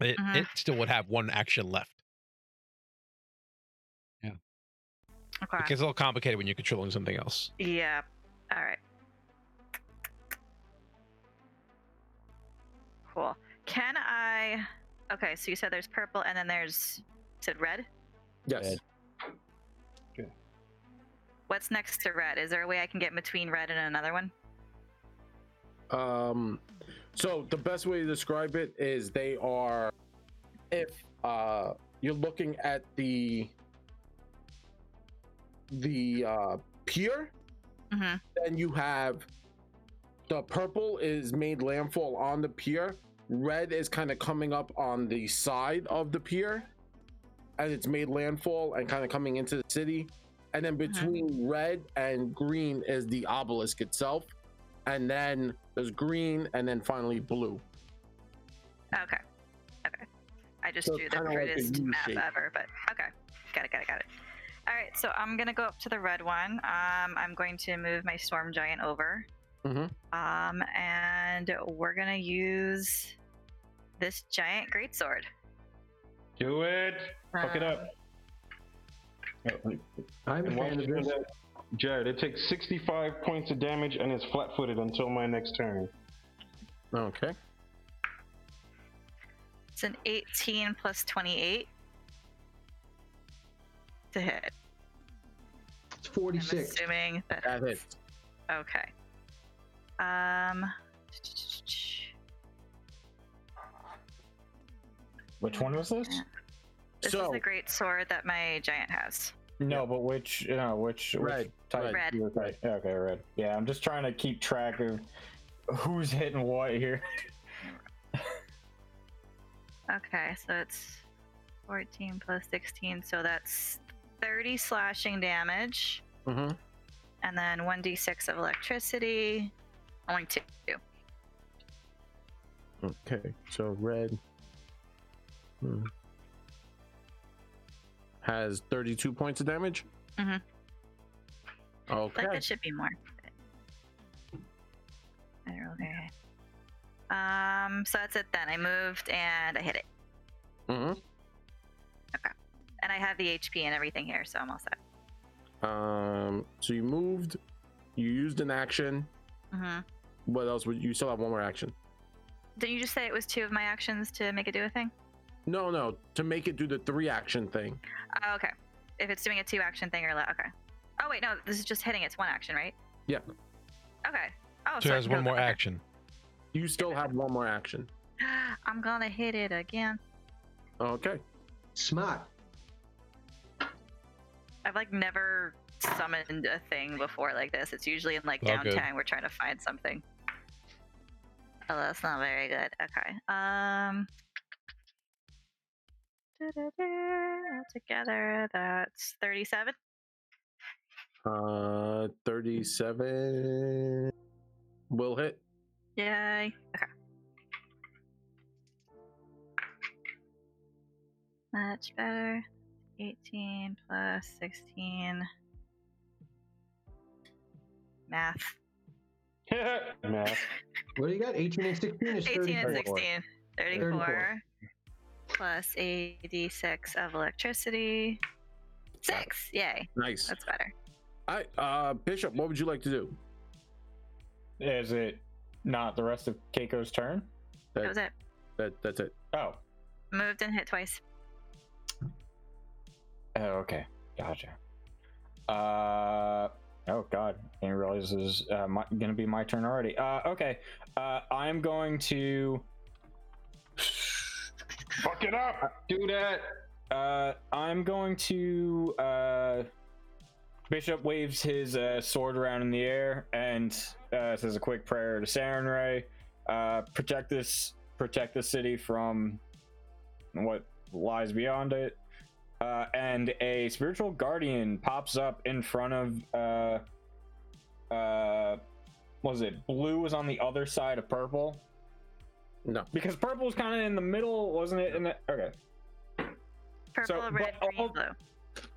Speaker 8: It,
Speaker 6: Mhm.
Speaker 8: it still would have one action left.
Speaker 6: Okay.
Speaker 8: It gets a little complicated when you're controlling something else.
Speaker 6: Yeah. All right. Cool. Can I? Okay, so you said there's purple, and then there's you said red.
Speaker 1: Yes.
Speaker 6: What's next to red? Is there a way I can get between red and another one?
Speaker 1: Um, so the best way to describe it is they are, if uh, you're looking at the the uh, pier,
Speaker 6: Mm-hmm.
Speaker 1: then you have the purple is made landfall on the pier. Red is kind of coming up on the side of the pier, and it's made landfall and kind of coming into the city. And then between red and green is the obelisk itself, and then there's green, and then finally blue.
Speaker 6: Okay. Okay. I I just
Speaker 1: So
Speaker 6: drew the
Speaker 1: kinda like a
Speaker 6: prettiest
Speaker 1: U
Speaker 6: map
Speaker 1: shape.
Speaker 6: ever, but okay. Got it, got it, got it. All right, so I'm going to go up to the red one. Um, I'm going to move my storm giant over.
Speaker 1: Mhm.
Speaker 6: Um, and we're going to use this giant Uh, greatsword.
Speaker 5: Do it. Fuck it up.
Speaker 7: I'm a
Speaker 5: And while
Speaker 7: fan of
Speaker 5: you're doing
Speaker 7: this.
Speaker 5: that, Jared, it takes 65 points of damage and is flat footed until my next turn.
Speaker 1: Okay.
Speaker 6: It's an 18 plus 28 to hit.
Speaker 7: It's
Speaker 6: I'm
Speaker 7: 46.
Speaker 6: assuming that
Speaker 1: That hits.
Speaker 6: Okay. Um.
Speaker 4: Which one was this?
Speaker 6: This is
Speaker 1: So-
Speaker 6: the great sword that my giant has.
Speaker 4: No, but which? No, which?
Speaker 1: Red,
Speaker 4: Which type?
Speaker 6: red.
Speaker 4: you were- Right. Okay, red. Yeah, I'm just trying to keep track of who's hitting what here. (laughs)
Speaker 6: Okay, so it's 14 plus 16, so that's 30 slashing damage,
Speaker 1: Mhm.
Speaker 6: and then 1d6 of electricity. Only two.
Speaker 1: Okay. So red hmm. has 32 points of damage.
Speaker 6: Mhm.
Speaker 1: Okay.
Speaker 6: Like that should be more. I don't know, Okay. Um. So that's it then. I moved and I hit it,
Speaker 1: Mhm.
Speaker 6: and I have the HP and everything here, so I'm all set.
Speaker 1: Um. So you moved. You used an action.
Speaker 6: Mm-hmm.
Speaker 1: What else would you still have? One more action.
Speaker 6: Didn't you just say it was two of my actions to make it do a thing?
Speaker 1: No, no. To make it do the three action thing.
Speaker 6: Oh, okay. If it's doing a two action thing or le- okay. Oh wait, no, this is just hitting. It's one action, right?
Speaker 1: Yeah.
Speaker 6: Okay. Oh,
Speaker 8: So
Speaker 6: I
Speaker 8: it has
Speaker 6: can go
Speaker 8: one more
Speaker 6: back.
Speaker 8: action.
Speaker 1: You still have one more action.
Speaker 6: (gasps) I'm gonna hit it again.
Speaker 1: Okay.
Speaker 7: Smart.
Speaker 6: I've like never summoned a thing before like this. It's usually in like
Speaker 8: All good.
Speaker 6: downtime we're trying to find something. Oh, that's not very good. Okay. Um. Together, that's thirty-seven.
Speaker 1: Uh, 37 will hit.
Speaker 6: Yay. Okay. Much better. 18 plus 16. Math.
Speaker 5: Math.
Speaker 7: What do you got? 18 and 16 is
Speaker 6: 18
Speaker 7: 34.
Speaker 6: and 16. 34.
Speaker 7: 34.
Speaker 6: Plus 86 of electricity. Six. Yay.
Speaker 1: Nice.
Speaker 6: That's better.
Speaker 1: I uh Bishop, what would you like to do?
Speaker 4: Is it not the rest of Keiko's turn?
Speaker 6: That was it.
Speaker 1: That that's it.
Speaker 4: Oh.
Speaker 6: Moved and hit twice.
Speaker 4: Oh, okay. Gotcha. Uh. Oh God, I didn't realize this is uh, my, gonna be my turn already. Uh, okay, uh, I'm going to
Speaker 5: Fuck it up. Do that.
Speaker 4: Uh, I'm going to. Uh, Bishop waves his uh, sword around in the air and uh, says a quick prayer to Saren Ray. Uh, protect this, protect the city from what lies beyond it. Uh, and a spiritual guardian pops up in front of. Uh, uh, what was it blue? Was on the other side of purple
Speaker 1: No.
Speaker 4: because purple was kind of in the middle, wasn't it? In the, okay.
Speaker 6: Purple,
Speaker 4: but
Speaker 6: red, green,
Speaker 4: all-
Speaker 6: blue.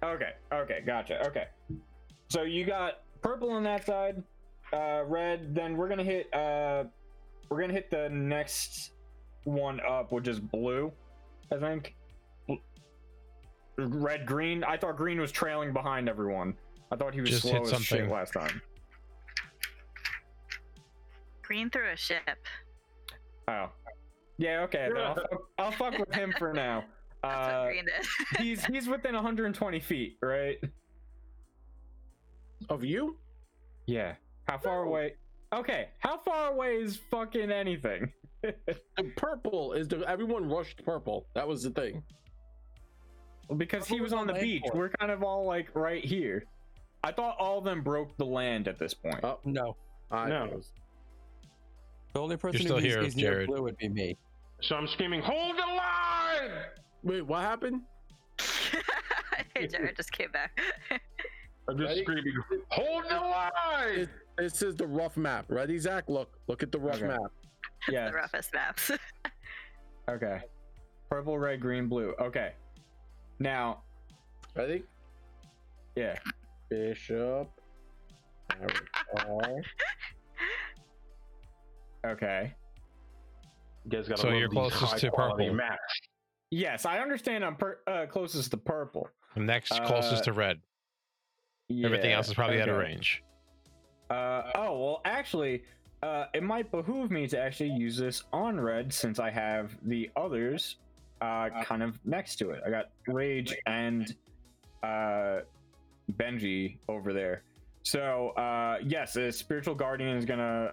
Speaker 4: Okay, okay, gotcha. Okay. So you got purple on that side, uh red, then we're gonna hit uh we're gonna hit the next one up, which is blue, I think. Bl- Red green. I thought green was trailing behind everyone. I thought he was
Speaker 8: Just
Speaker 4: slow
Speaker 8: hit
Speaker 4: as shit
Speaker 8: something.
Speaker 4: last time.
Speaker 6: Green through a ship.
Speaker 4: Oh. Yeah, okay. Then I'll, fuck, I'll fuck with him for now.
Speaker 6: That's
Speaker 4: Uh,
Speaker 6: what green did. (laughs)
Speaker 4: he's he's within 120 feet, right?
Speaker 1: Of you?
Speaker 4: Yeah. How far away? Okay, how far away is fucking anything?
Speaker 1: The purple is the everyone rushed purple. That was the thing.
Speaker 4: Because he
Speaker 3: Who
Speaker 4: was
Speaker 3: was
Speaker 4: on
Speaker 3: on
Speaker 4: the
Speaker 3: land
Speaker 4: beach.
Speaker 3: for it?
Speaker 4: We're kind of all like right here. I thought all of them broke the land at this point.
Speaker 1: Oh.
Speaker 3: No,
Speaker 1: I
Speaker 5: No.
Speaker 1: was-
Speaker 3: the only person
Speaker 8: still
Speaker 3: who is,
Speaker 8: here,
Speaker 3: is near
Speaker 8: Jared.
Speaker 3: blue would be me.
Speaker 5: So I'm screaming, hold the line!
Speaker 1: Wait, what happened?
Speaker 6: hey,
Speaker 4: (laughs)
Speaker 6: Jared just came back. (laughs)
Speaker 5: I'm just
Speaker 1: Ready?
Speaker 5: screaming, hold the line!
Speaker 1: It- This is the rough map. Ready, Zach? Look. Look at the rough
Speaker 4: Okay.
Speaker 1: map.
Speaker 4: yeah.
Speaker 6: the roughest maps.
Speaker 4: Okay. Purple, red, green, blue. Okay. Now,
Speaker 1: Ready?
Speaker 4: yeah.
Speaker 1: Bishop. Avatar.
Speaker 4: Okay.
Speaker 5: You guys gotta
Speaker 8: So
Speaker 5: love
Speaker 8: you're
Speaker 5: these
Speaker 8: closest to
Speaker 5: high-quality
Speaker 8: purple.
Speaker 5: Maps.
Speaker 4: Yes, I understand. I'm per- uh, closest to purple.
Speaker 8: I'm next closest
Speaker 4: Uh,
Speaker 8: to red. Everything
Speaker 4: Yeah,
Speaker 8: else is probably out of
Speaker 4: okay.
Speaker 8: range.
Speaker 4: Uh, oh well, actually, uh, it might behoove me to actually use this on red since I have the others uh, kind of next to it. I got rage and uh, Benji over there. So uh, yes, a spiritual guardian is gonna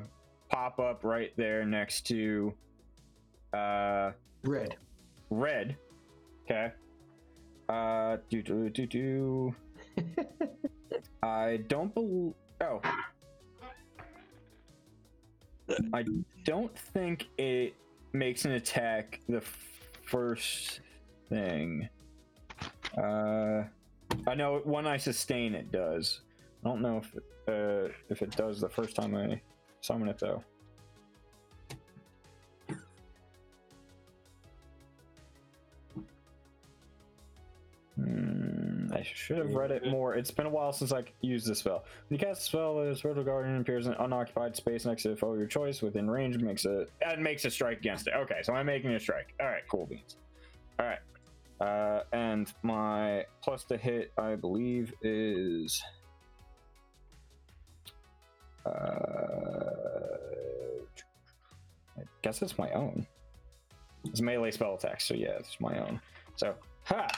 Speaker 4: uh, pop up right there next to uh,
Speaker 7: Red.
Speaker 4: red. Okay. Uh, do do do do. I don't believe. Oh. I don't think it makes an attack the f- first thing. Uh, I know when I sustain it does. I don't know if uh, if it does the first time I summon it though. Hmm, I should have read it more. It's been a while since I used this spell. When you cast a spell, the spiritual guardian appears in an unoccupied space next to the foe of your choice within range. Makes a that makes a strike against it. Okay, so I'm making a strike. All right, cool beans. All right, uh, and my plus to hit, I believe, is uh, I guess it's my own. It's melee spell attack, so yeah, it's my own. So ha.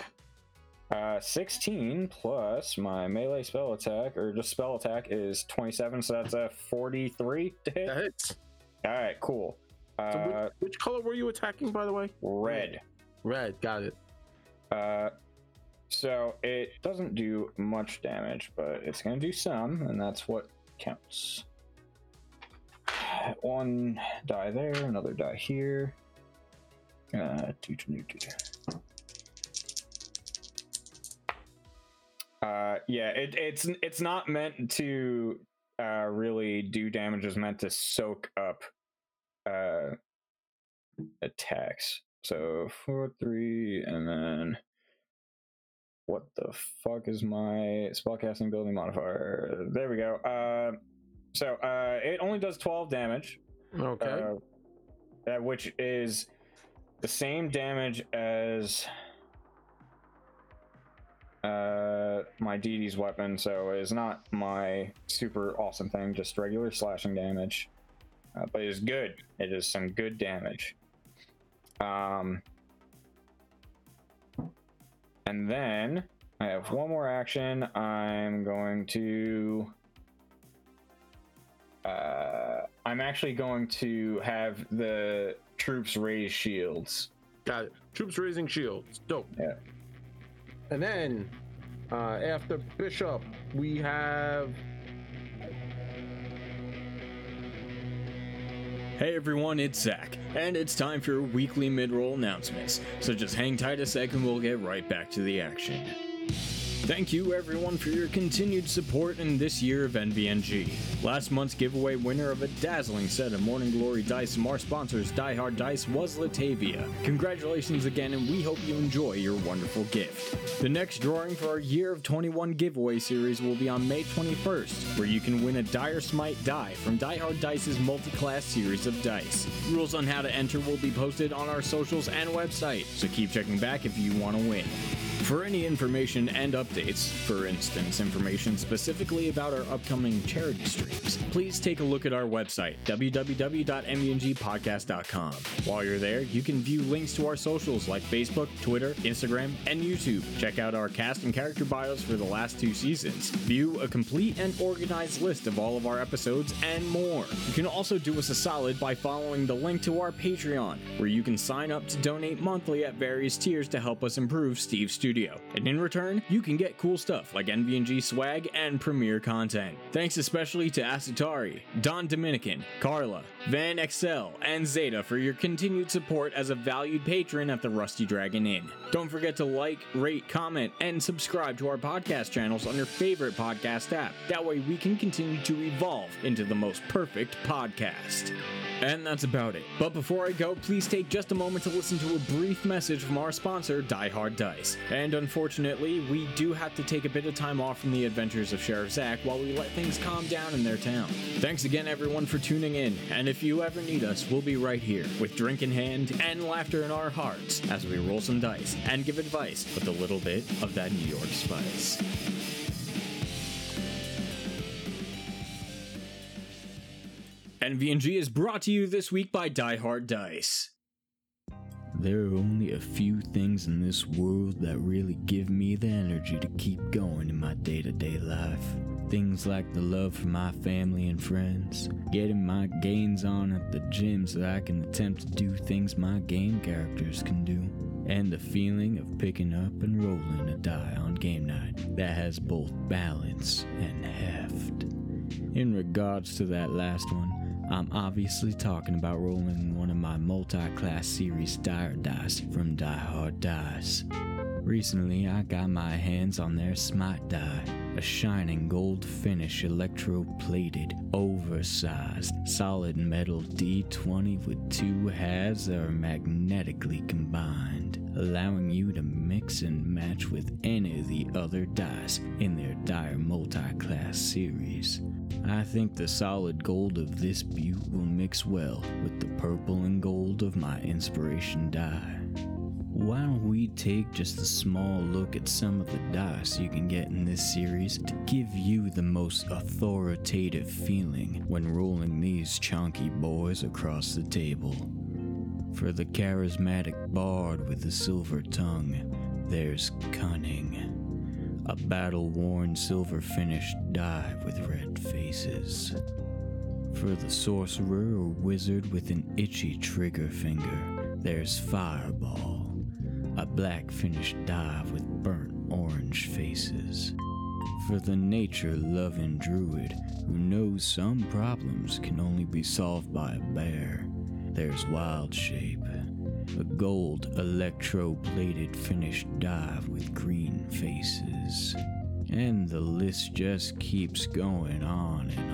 Speaker 4: Uh, 16 plus my melee spell attack, or just spell attack, is 27, so that's a 43 to hit.
Speaker 1: That hits.
Speaker 4: All right, cool.
Speaker 1: So which-
Speaker 4: Uh,
Speaker 1: which, color were you attacking, by the way?
Speaker 4: red.
Speaker 1: Red. Got it.
Speaker 4: Uh, so it doesn't do much damage, but it's going to do some, and that's what counts. One die there, another die here. Uh, do, do, do, do, do. Uh, yeah, it, it's it's not meant to uh, really do damage. It's meant to soak up uh, attacks. So four, three, and then what the fuck is my spellcasting building modifier? There we go. Uh, so uh, it only does twelve damage,
Speaker 1: Okay.
Speaker 4: uh, uh, which is the same damage as uh my DD's weapon. So it is not my super awesome thing, just regular slashing damage. Uh, but it is good. It is some good damage. Um, and then I have one more action. I'm going to. Uh, I'm actually going to have the troops raise shields.
Speaker 1: Got it. Troops raising shields. Dope.
Speaker 4: Yeah.
Speaker 1: And then uh, after Bishop, we have
Speaker 11: Hey everyone, it's Zach, and it's time for your weekly mid-roll announcements, so just hang tight a sec and we'll get right back to the action. Thank you everyone for your continued support in this year of NVNG. Last month's giveaway winner of a dazzling set of Morning Glory dice from our sponsors Die Hard Dice was Latavia. Congratulations again, and we hope you enjoy your wonderful gift. The next drawing for our Year of 21 giveaway series will be on May 21st, where you can win a Dire Smite die from Die Hard Dice's multi-class series of dice. Rules on how to enter will be posted on our socials and website, so keep checking back if you want to win. For any information and updates, for instance, information specifically about our upcoming charity streams, please take a look at our website, E www.mungpodcast.com. While you're there, you can view links to our socials like Facebook, Twitter, Instagram, and YouTube. Check out our cast and character bios for the last two seasons. View a complete and organized list of all of our episodes and more. You can also do us a solid by following the link to our Patreon, where you can sign up to donate monthly at various tiers to help us improve Steve's studio. And in return, you can get cool stuff like NVNG swag and premiere content. Thanks especially to Asutari, Don Dominican, Carla, Van Excel, and Zeta for your continued support as a valued patron at the Rusty Dragon Inn. Don't forget to like, rate, comment, and subscribe to our podcast channels on your favorite podcast app. That way we can continue to evolve into the most perfect podcast.
Speaker 12: And that's about it. But before I go, please take just a moment to listen to a brief message from our sponsor, Die Hard Dice. And unfortunately, we do have to take a bit of time off from the adventures of Sheriff Zack while we let things calm down in their town. Thanks again, everyone, for tuning in. And if you ever need us, we'll be right here with drink in hand and laughter in our hearts as we roll some dice and give advice with a little bit of that New York spice. NVNG is brought to you this week by Die Hard Dice.
Speaker 4: There are only a few things in this world that really give me the energy to keep going in my day to day life. Things like the love for my family and friends, getting my gains on at the gym so that I can attempt to do things my game characters can do, and the feeling of picking up and rolling a die on game night that has both balance and heft. In regards to that last one, I'm obviously talking about rolling one of my multi class series Dire Dice from Die Hard Dice. Recently, I got my hands on their Smite Die, a shining gold finish electro plated, oversized, solid metal D20 with two halves that are magnetically combined, allowing you to mix and match with any of the other dice in their Dire multi class series. I think the solid gold of this butte will mix well with the purple and gold of my inspiration die. Why don't we take just a small look at some of the dice you can get in this series to give you the most authoritative feeling when rolling these chunky boys across the table? For the charismatic bard with the silver tongue, there's cunning a battle worn silver finished die with red faces. For the sorcerer or wizard with an itchy trigger finger, there's Fireball, a black finished die with burnt orange faces. For the nature loving druid who knows some problems can only be solved by a bear, there's Wild Shape, a gold electro plated finished die with green faces. And the list just keeps going on and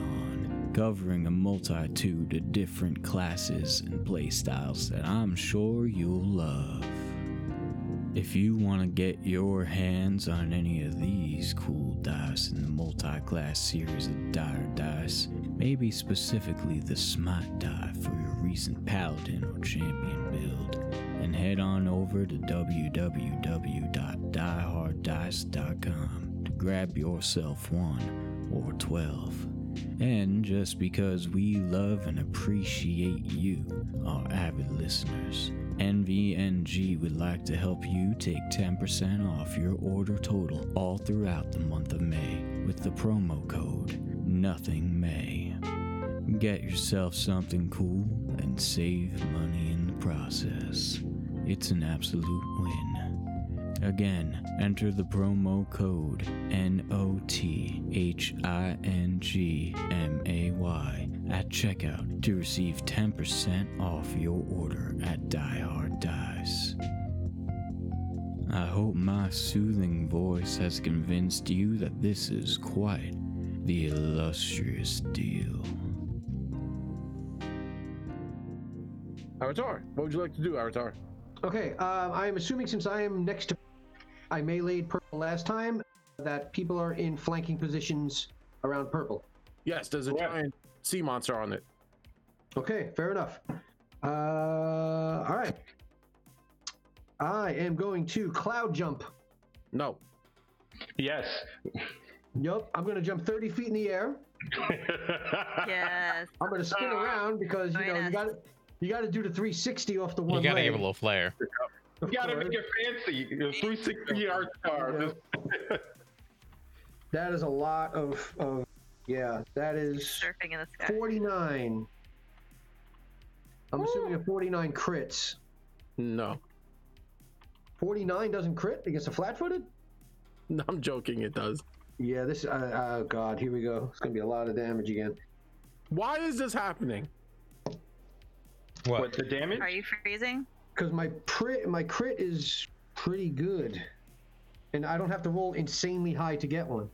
Speaker 4: on, covering a multitude of different classes and playstyles that I'm sure you'll love. If you want to get your hands on any of these cool dice in the multi class series of Dire Dice, maybe specifically the Smite Die for your recent Paladin or Champion build, then head on over to www.dieharddice.com to grab yourself one or 12. And just because we love and appreciate you, our avid listeners, NVNG would like to help you take 10% off your order total all throughout the month of May with the promo code NOTHINGMAY. Get yourself something cool and save money in the process. It's an absolute win. Again, enter the promo code N O T H I N G M A Y at checkout to receive 10% off your order at Die Hard Dice. I hope my soothing voice has convinced you that this is quite the illustrious deal.
Speaker 1: Avatar, what would you like to do, Avatar?
Speaker 7: Okay, um, I am assuming since I am next to, I meleeed purple last time, that people are in flanking positions around purple.
Speaker 1: Yes, there's a giant sea monster on it.
Speaker 7: Okay, fair enough. Uh, all right. I am going to cloud jump.
Speaker 1: No.
Speaker 5: Yes.
Speaker 7: Yep, I'm going to jump 30 feet in the air.
Speaker 6: (laughs) Yes.
Speaker 7: I'm going to spin around because you know you got to you got to do the 360 off the one.
Speaker 8: You gotta
Speaker 7: leg.
Speaker 8: give it a little flair.
Speaker 5: (laughs) You gotta make it fancy. You're 360 art star.
Speaker 7: That is a lot of, of yeah. That is
Speaker 6: Surfing in the sky.
Speaker 7: 49. I'm assuming a 49 crits.
Speaker 1: No. (laughs)
Speaker 7: 49 doesn't crit against a flat-footed.
Speaker 1: No, I'm joking, it does.
Speaker 7: Yeah, this. Uh, oh God, here we go. It's gonna be a lot of damage again.
Speaker 1: Why is this happening?
Speaker 8: What?
Speaker 5: What's the damage?
Speaker 6: Are you freezing?
Speaker 7: Because my crit, my crit is pretty good, and I don't have to roll insanely high to get one.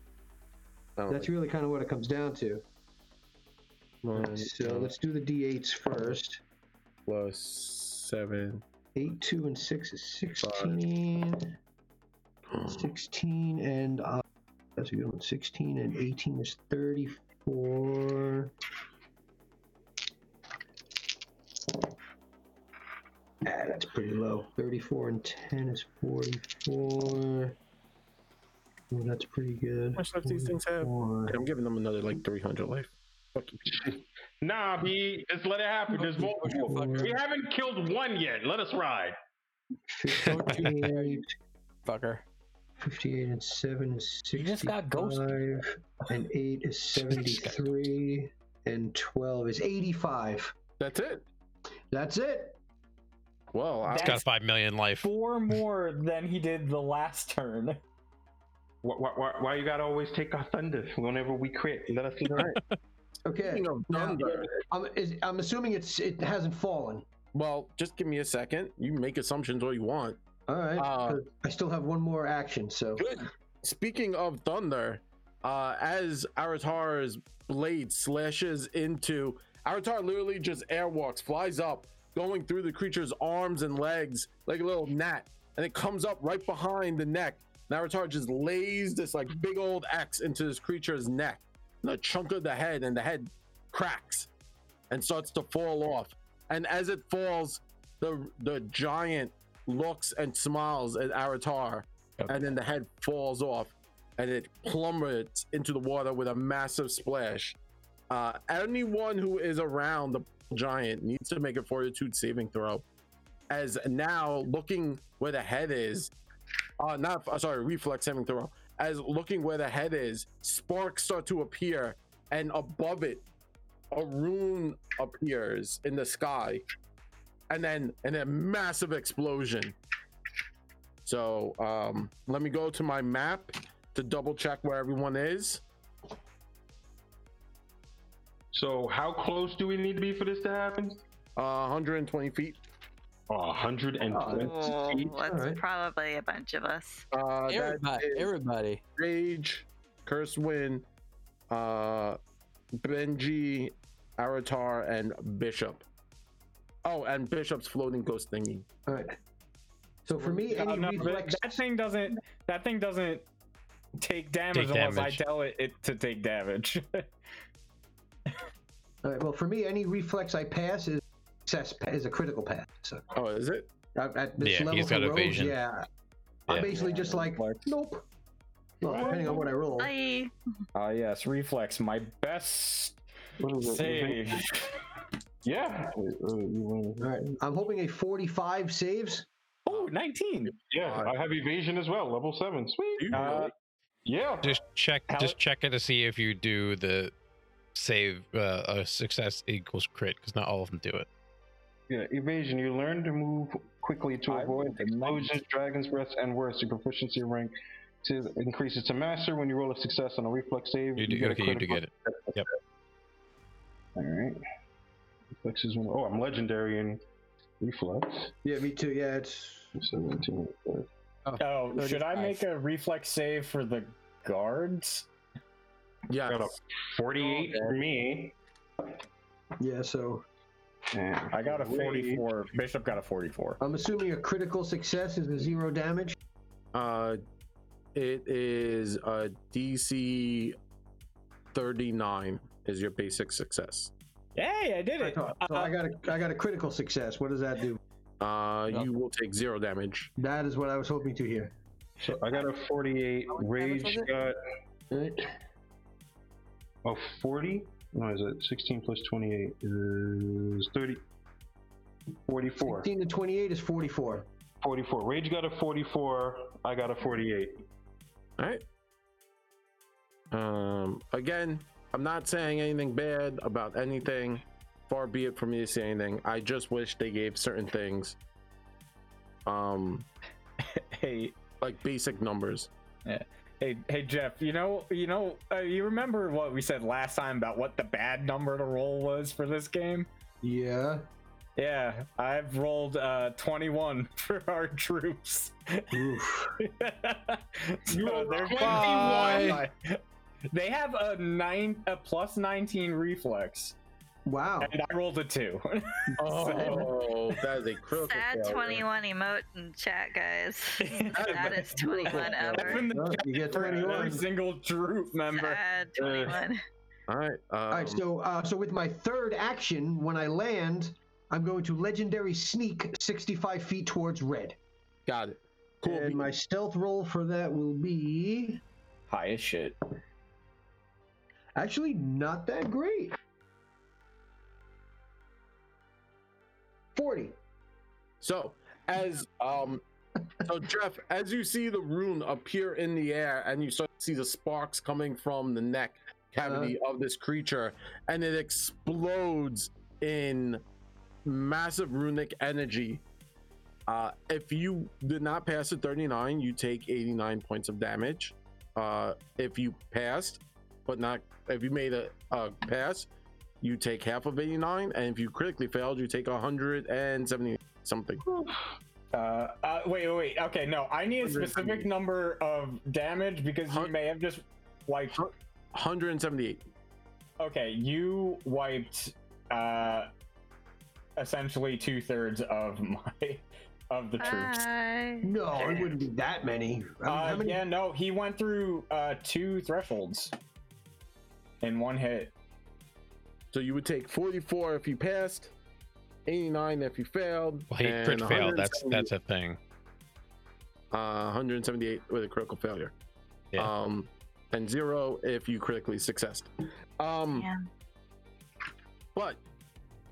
Speaker 1: Oh,
Speaker 7: That's really kind of what it comes down to. So let's do the d8s first.
Speaker 1: Plus seven.
Speaker 7: Eight, two, and six is 16. 16 and uh, that's a good one. 16 and 18 is 34. Ah, that's pretty low. 34 and 10 is 44. Well, Oh, that's pretty good.
Speaker 1: How much life do these things have? (laughs) I'm giving them another like 300 life. Fuck you.
Speaker 5: Nah, B, just let it happen. There's multiple. We haven't killed one yet. Let us ride.
Speaker 7: 58.
Speaker 3: Fucker.
Speaker 7: 58 and 7 is 65. And 8 is
Speaker 1: (laughs) just got
Speaker 7: 73. And 12 is 85.
Speaker 1: That's it.
Speaker 7: That's it.
Speaker 1: Well,
Speaker 8: It's got five million life.
Speaker 4: Four more than he did the last turn.
Speaker 5: Why, why, why, why you gotta always take our thunder whenever we quit? Let us learn.
Speaker 7: Okay.
Speaker 1: Speaking of
Speaker 7: now,
Speaker 1: thunder.
Speaker 7: I'm, is, I'm assuming it's it hasn't fallen.
Speaker 1: Well, just give me a second. You can make assumptions all you want.
Speaker 7: All right.
Speaker 1: Uh,
Speaker 7: 'cause I still have one more action, so.
Speaker 1: Good. Speaking of thunder, uh, as Aratar's blade slashes into Aratar, literally just airwalks, flies up, going through the creature's arms and legs like a little gnat, and it comes up right behind the neck. And Aratar just lays this like big old axe into this creature's neck, and a chunk of the head, and the head cracks and starts to fall off. And as it falls, the the giant looks and smiles at Aratar, and then the head falls off, and it plummets into the water with a massive splash. Uh, anyone who is around the giant needs to make a fortitude saving throw. As now looking where the head is, uh, not uh, sorry, reflex saving throw. As looking where the head is, sparks start to appear, and above it, a rune appears in the sky, and then and a massive explosion. So um, let me go to my map to double check where everyone is.
Speaker 5: (laughs) So, how close do we need to be for this to happen?
Speaker 1: Uh, 120 feet.
Speaker 5: Oh, 120
Speaker 6: Oh,
Speaker 5: feet.
Speaker 6: that's
Speaker 5: Alright.
Speaker 6: probably a bunch of us.
Speaker 1: Uh, that
Speaker 3: Everybody,
Speaker 1: is
Speaker 3: everybody.
Speaker 1: Rage, Curse Win, uh, Benji, Aratar, and Bishop. Oh, and Bishop's floating ghost thingy.
Speaker 7: All right. So for me,
Speaker 4: Uh,
Speaker 7: any
Speaker 4: no, but
Speaker 7: reflex.
Speaker 4: that thing doesn't. That thing doesn't take damage
Speaker 8: Take
Speaker 4: unless
Speaker 8: damage.
Speaker 4: I tell it, it to take damage. (laughs)
Speaker 7: All right. Well, for me, any reflex I pass is success is a critical pass. So
Speaker 1: Oh, is it?
Speaker 7: at, at this
Speaker 8: Yeah,
Speaker 7: level
Speaker 8: he's got
Speaker 7: for rogues,
Speaker 8: evasion.
Speaker 7: yeah. I'm
Speaker 8: Yeah.
Speaker 7: basically just like nope. Well, depending on what I roll.
Speaker 6: Bye.
Speaker 4: Ah, yes, reflex, my best
Speaker 5: What is it?
Speaker 4: save. yeah.
Speaker 7: All right. I'm hoping a 45 saves.
Speaker 4: Oh, 19.
Speaker 5: Yeah, I have evasion as well, level seven. Sweet.
Speaker 1: You
Speaker 4: Uh,
Speaker 1: really-
Speaker 5: Yeah.
Speaker 8: Just check.
Speaker 4: How-
Speaker 8: Just check it to see if you do the save. Uh, a success equals crit because not all of them do it.
Speaker 5: Yeah, evasion. You learn to move quickly to
Speaker 4: I
Speaker 5: avoid
Speaker 4: rolled a
Speaker 5: explosions,
Speaker 4: nineteen.
Speaker 5: dragon's breath, and worse. Your proficiency rank to increases to master when you roll a success on a reflex save.
Speaker 8: You do.
Speaker 5: get a
Speaker 8: okay, you do
Speaker 5: critical
Speaker 8: get it.
Speaker 5: success.
Speaker 8: Yep.
Speaker 5: All right. Reflexes. When, oh, I'm legendary in reflex.
Speaker 7: Yeah, me too. Yeah, it's.
Speaker 5: 17.
Speaker 4: Oh, should I
Speaker 3: 35.
Speaker 4: make a reflex save for the guards?
Speaker 1: Yeah.
Speaker 5: Got a 48 for me.
Speaker 7: Yeah, so
Speaker 5: Yeah,
Speaker 4: I got a 44. Bishop got a 44.
Speaker 7: I'm assuming a critical success is a zero damage.
Speaker 1: Uh, it is a DC 39 is your basic success.
Speaker 4: Hey, I did
Speaker 7: I
Speaker 4: it.
Speaker 7: thought- So I
Speaker 4: Uh,
Speaker 7: got a I got a critical success. What does that do?
Speaker 1: Uh, you will take zero damage.
Speaker 7: That is what I was hoping to hear.
Speaker 5: So I got a 48.
Speaker 9: How much damage
Speaker 5: Rage
Speaker 9: was it?
Speaker 5: got
Speaker 7: All right.
Speaker 5: a 40. No, is it 16 plus 28 is 30. 44.
Speaker 7: 16 to 28 is 44.
Speaker 5: 44. Rage got a 44. I got a 48.
Speaker 1: All right. Um, again, I'm not saying anything bad about anything. Far be it from me to say anything. I just wish they gave certain things, um,
Speaker 4: hey,
Speaker 1: like basic numbers.
Speaker 4: hey, hey, Jeff. You know, you know, uh, you remember what we said last time about what the bad number to roll was for this game?
Speaker 7: Yeah.
Speaker 4: Yeah, I've rolled uh 21 (laughs) for our troops. (laughs)
Speaker 7: Oof.
Speaker 4: you
Speaker 5: rolled 21?
Speaker 4: They have a nine, a plus 19 reflex.
Speaker 7: Wow.
Speaker 4: And I rolled a two.
Speaker 1: Oh, that is a critical
Speaker 6: Sad
Speaker 1: failure.
Speaker 6: 21 emote in chat,
Speaker 4: (laughs)
Speaker 6: guys. Saddest 21 ever.
Speaker 7: You get
Speaker 4: For every
Speaker 7: 21.
Speaker 4: single troop member.
Speaker 6: Sad 21.
Speaker 1: All right. um,
Speaker 7: All right. So, uh, so with my third action, when I land, I'm going to legendary sneak 65 feet towards red.
Speaker 1: Got it. Cool.
Speaker 7: And my stealth roll for that will be
Speaker 4: High as shit.
Speaker 7: actually not that great. 40.
Speaker 1: So as um so Jeff, as you see the rune appear in the air and you start to see the sparks coming from the neck cavity of this creature, and it explodes in massive runic energy. Uh, if you did not pass at 39, you take 89 points of damage. Uh, if you passed, but not if you made a, a pass, you take half of 89, and if you critically failed, you take 170 something.
Speaker 4: Uh, uh, wait, wait, wait. Okay, no, I need a
Speaker 1: 178.
Speaker 4: specific number of damage because you may have just wiped.
Speaker 1: 178.
Speaker 4: Okay, you wiped uh, essentially two thirds of (laughs) my of the
Speaker 6: Uh,
Speaker 4: troops.
Speaker 6: Bye.
Speaker 7: No, it wouldn't be that many. I mean,
Speaker 4: Uh,
Speaker 7: how many?
Speaker 4: Yeah, no, he went through uh, two thresholds in one hit.
Speaker 1: So you would take 44 if you passed, 89 if you failed.
Speaker 8: Well, he
Speaker 1: and
Speaker 8: crit failed. That's
Speaker 1: 178
Speaker 8: that's a thing.
Speaker 1: uh, 178 with a critical failure.
Speaker 8: Yeah.
Speaker 1: Um, and zero if you critically successed. Um,
Speaker 6: Damn.
Speaker 1: But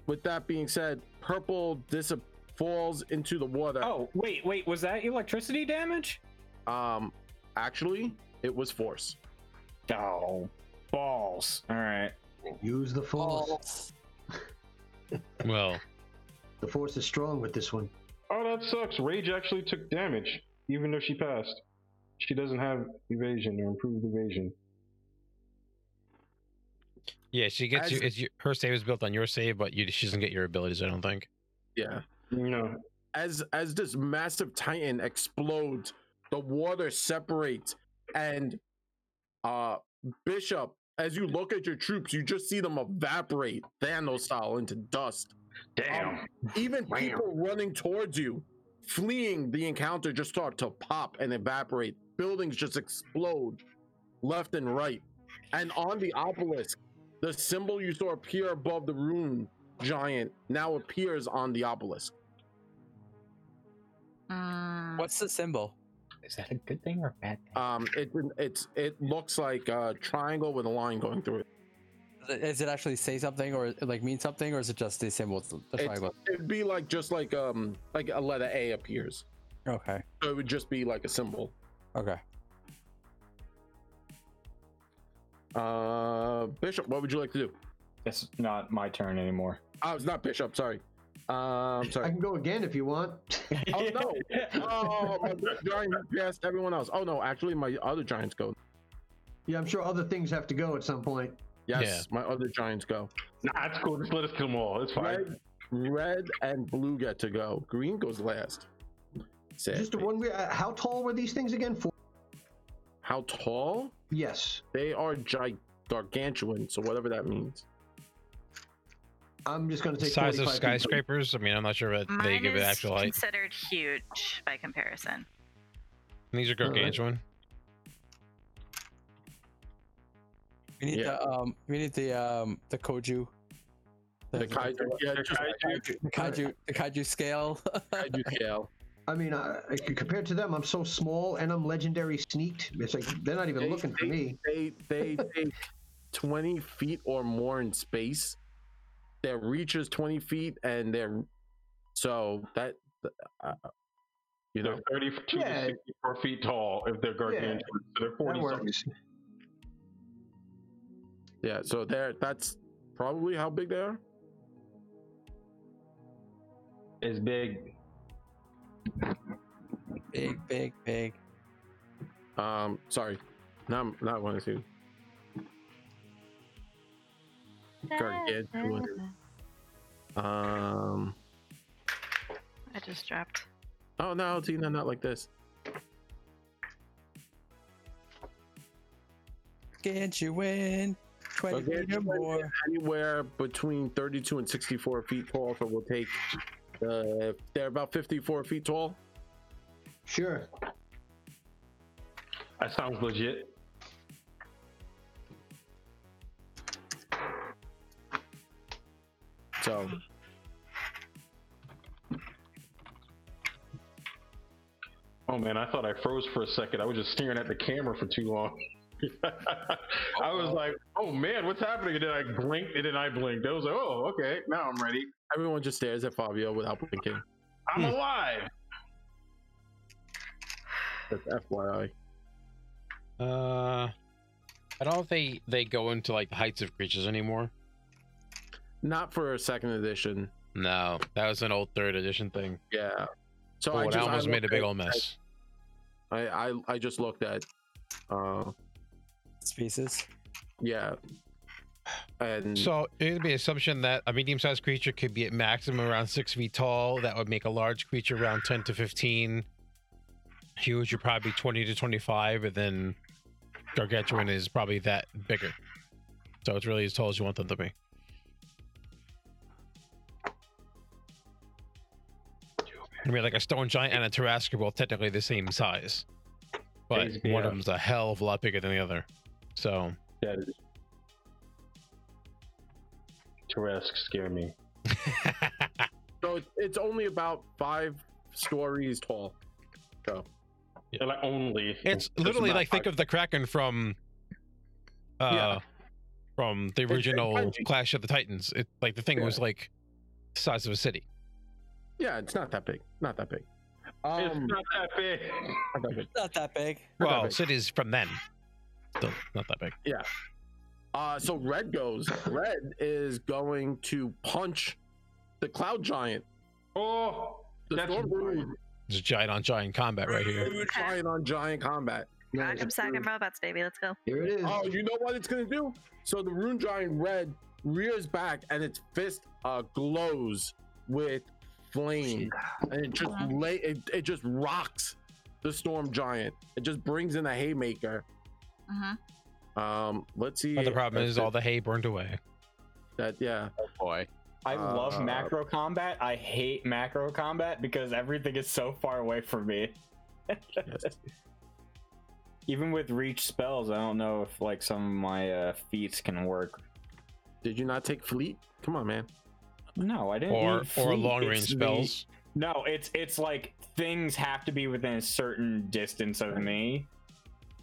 Speaker 1: with that being said, purple dis- falls into the water.
Speaker 4: Oh, wait, wait, was that electricity damage?
Speaker 1: Um, actually, it was force.
Speaker 4: Oh, balls. All right.
Speaker 7: Use the force.
Speaker 3: Oh.
Speaker 8: Well,
Speaker 7: The force is strong with this one.
Speaker 5: Oh, that sucks. Rage actually took damage, even though she passed. She doesn't have evasion or improved evasion.
Speaker 8: yeah, she gets
Speaker 1: As-
Speaker 8: you. It's your, her save is built on your save, but you, she doesn't get your abilities. I don't think.
Speaker 1: Yeah.
Speaker 5: No.
Speaker 1: as as this massive titan explodes the water separates and uh bishop as you look at your troops you just see them evaporate thanos style into dust
Speaker 5: Damn.
Speaker 1: even
Speaker 5: Wow.
Speaker 1: people running towards you fleeing the encounter just start to pop and evaporate buildings just explode left and right and on the obelisk the symbol you saw appear above the rune giant now appears on the obelisk
Speaker 6: Mm,
Speaker 3: What's the symbol?
Speaker 4: Is that a good thing or a bad thing?
Speaker 1: Um, it it's it looks like a triangle with a line going through it.
Speaker 3: Does it actually say something or like mean something, or is it just the symbol? The
Speaker 1: It's,
Speaker 3: triangle?
Speaker 1: it'd be like just like um like a letter A appears.
Speaker 3: Okay.
Speaker 1: So it would just be like a symbol.
Speaker 3: Okay.
Speaker 1: Uh, Bishop, what would you like to do?
Speaker 4: It's not my turn anymore.
Speaker 1: Oh, it's not Bishop. Sorry. Uh, I'm
Speaker 4: (laughs)
Speaker 7: I
Speaker 1: sorry.
Speaker 7: can go again if you want.
Speaker 1: Oh no! Oh, my giant passed everyone else. Oh no! Actually, my other giants go.
Speaker 7: yeah, I'm sure other things have to go at some point.
Speaker 1: Yes, my other giants go.
Speaker 5: Nah, it's cool. Just let us kill them all. It's fine.
Speaker 1: Red, red and blue get to go. Green goes last. Sad
Speaker 7: Just
Speaker 1: face.
Speaker 7: one. Uh, how tall were these things again? Four.
Speaker 1: How tall?
Speaker 7: Yes,
Speaker 1: They are gig- gargantuan. So whatever that means.
Speaker 7: I'm just going to take
Speaker 8: Size of
Speaker 7: 45 feet.
Speaker 8: skyscrapers. I mean, I'm not sure if
Speaker 6: Mm, Mine
Speaker 8: they give it
Speaker 6: is
Speaker 8: actual height.
Speaker 6: considered huge by comparison.
Speaker 8: And these are
Speaker 1: Alright.
Speaker 8: gargantuan.
Speaker 3: We need
Speaker 1: Yeah.
Speaker 3: the um. We need the um. The koju.
Speaker 1: The kaiju, yeah,
Speaker 5: The
Speaker 1: just
Speaker 5: kaiju-
Speaker 3: The kaiju. The kaiju scale. (laughs)
Speaker 1: kaiju scale.
Speaker 7: I mean, I, I- compared to them, I'm so small and I'm legendary sneaked. It's like they're not even
Speaker 1: They-
Speaker 7: looking for
Speaker 1: they-
Speaker 7: me.
Speaker 1: They they take twenty feet or more in space. Their reach is twenty feet, and their so that uh, you know
Speaker 5: They're 32
Speaker 7: Yeah.
Speaker 5: to 64 feet tall if they're gargantuan. So they're 40
Speaker 7: That works.
Speaker 1: yeah. So there that's probably how big they are.
Speaker 5: Is big.
Speaker 3: big, big, big.
Speaker 1: Um, sorry, not not one or two. Gargantuan. Um,
Speaker 6: I just dropped.
Speaker 1: oh no, Tina, not like this.
Speaker 3: Can't you win? Twenty feet or more.
Speaker 1: Anywhere between 32 and 64 feet tall, so we'll take. Uh, they're about 54 feet tall.
Speaker 7: Sure.
Speaker 5: That sounds legit.
Speaker 1: So.
Speaker 5: Oh man, I thought I froze for a second. I was just staring at the camera for too long. (laughs) I was like, "Oh man, what's happening?" And then I blinked, and then I blinked. I was like, "Oh, okay, now I'm ready."
Speaker 1: Everyone just stares at Fabio without blinking.
Speaker 5: I'm alive.
Speaker 1: That's FYI.
Speaker 8: Uh, I don't know if they they go into like the heights of creatures anymore.
Speaker 1: Not for a second edition.
Speaker 8: No, that was an old third edition thing.
Speaker 1: Yeah. So
Speaker 8: So
Speaker 1: I
Speaker 8: I
Speaker 1: just- I
Speaker 8: almost made a
Speaker 1: looked
Speaker 8: big
Speaker 1: at-
Speaker 8: old mess.
Speaker 1: I I, I just looked at. Uh,
Speaker 3: Species.
Speaker 1: Yeah. And
Speaker 8: So it would be assumption that a medium-sized creature could be at maximum around six feet tall. That would make a large creature around ten to fifteen. Huge, you're probably twenty to twenty-five, and then gargantuan is probably that bigger. So it's really as tall as you want them to be. I mean, like a stone giant and a Tarrasque are both technically the same size, but
Speaker 5: Basically,
Speaker 8: one
Speaker 5: yeah.
Speaker 8: of them's a hell of a lot bigger than the other. So
Speaker 5: That is. Tarrasque scare me.
Speaker 1: so it- it's only about five stories tall. So.
Speaker 5: Like only.
Speaker 8: It's
Speaker 5: Just
Speaker 8: literally
Speaker 5: not
Speaker 8: like think of the Kraken from uh
Speaker 5: Yeah.
Speaker 8: from
Speaker 5: It's-
Speaker 8: the
Speaker 5: it's
Speaker 8: original
Speaker 5: Bungie.
Speaker 8: Clash of the Titans. It like the thing was like the size of a city.
Speaker 1: Yeah, it's not that big. Not that big. Um,
Speaker 5: it's not that big.
Speaker 1: Not that big.
Speaker 3: Not that big.
Speaker 1: Not that
Speaker 8: Well,
Speaker 1: big.
Speaker 8: cities from then. Still not that big.
Speaker 1: Yeah. Uh, so red goes. Red is going to punch the cloud giant.
Speaker 5: Oh,
Speaker 1: the
Speaker 5: that's
Speaker 1: storm
Speaker 5: rude.
Speaker 8: It's giant on giant combat right here.
Speaker 1: Rude giant on giant combat.
Speaker 6: Rock 'em, sock 'em robots, baby. Let's go.
Speaker 7: Here it is.
Speaker 1: Oh, you know what it's gonna do? So the rune giant red rears back, and its fist uh, glows with flame, and it just lay it, it just rocks the storm giant. It just brings in a haymaker.
Speaker 6: Mm-hmm.
Speaker 1: Um, let's see.
Speaker 8: But the problem
Speaker 1: if
Speaker 8: is
Speaker 1: it-
Speaker 8: all the hay burned away.
Speaker 1: that yeah.
Speaker 8: Boy.
Speaker 4: I love
Speaker 1: Uh,
Speaker 4: macro combat. I hate macro combat because everything is so far away from me. (laughs) Even with reach spells, I don't know if like some of my uh, feats can work.
Speaker 1: Did you not take fleet? Come on, man.
Speaker 4: No, I didn't.
Speaker 8: Or
Speaker 4: need
Speaker 8: or
Speaker 4: fleet.
Speaker 8: long
Speaker 4: It's
Speaker 8: range
Speaker 4: the-
Speaker 8: spells.
Speaker 4: No, it's it's like things have to be within a certain distance of me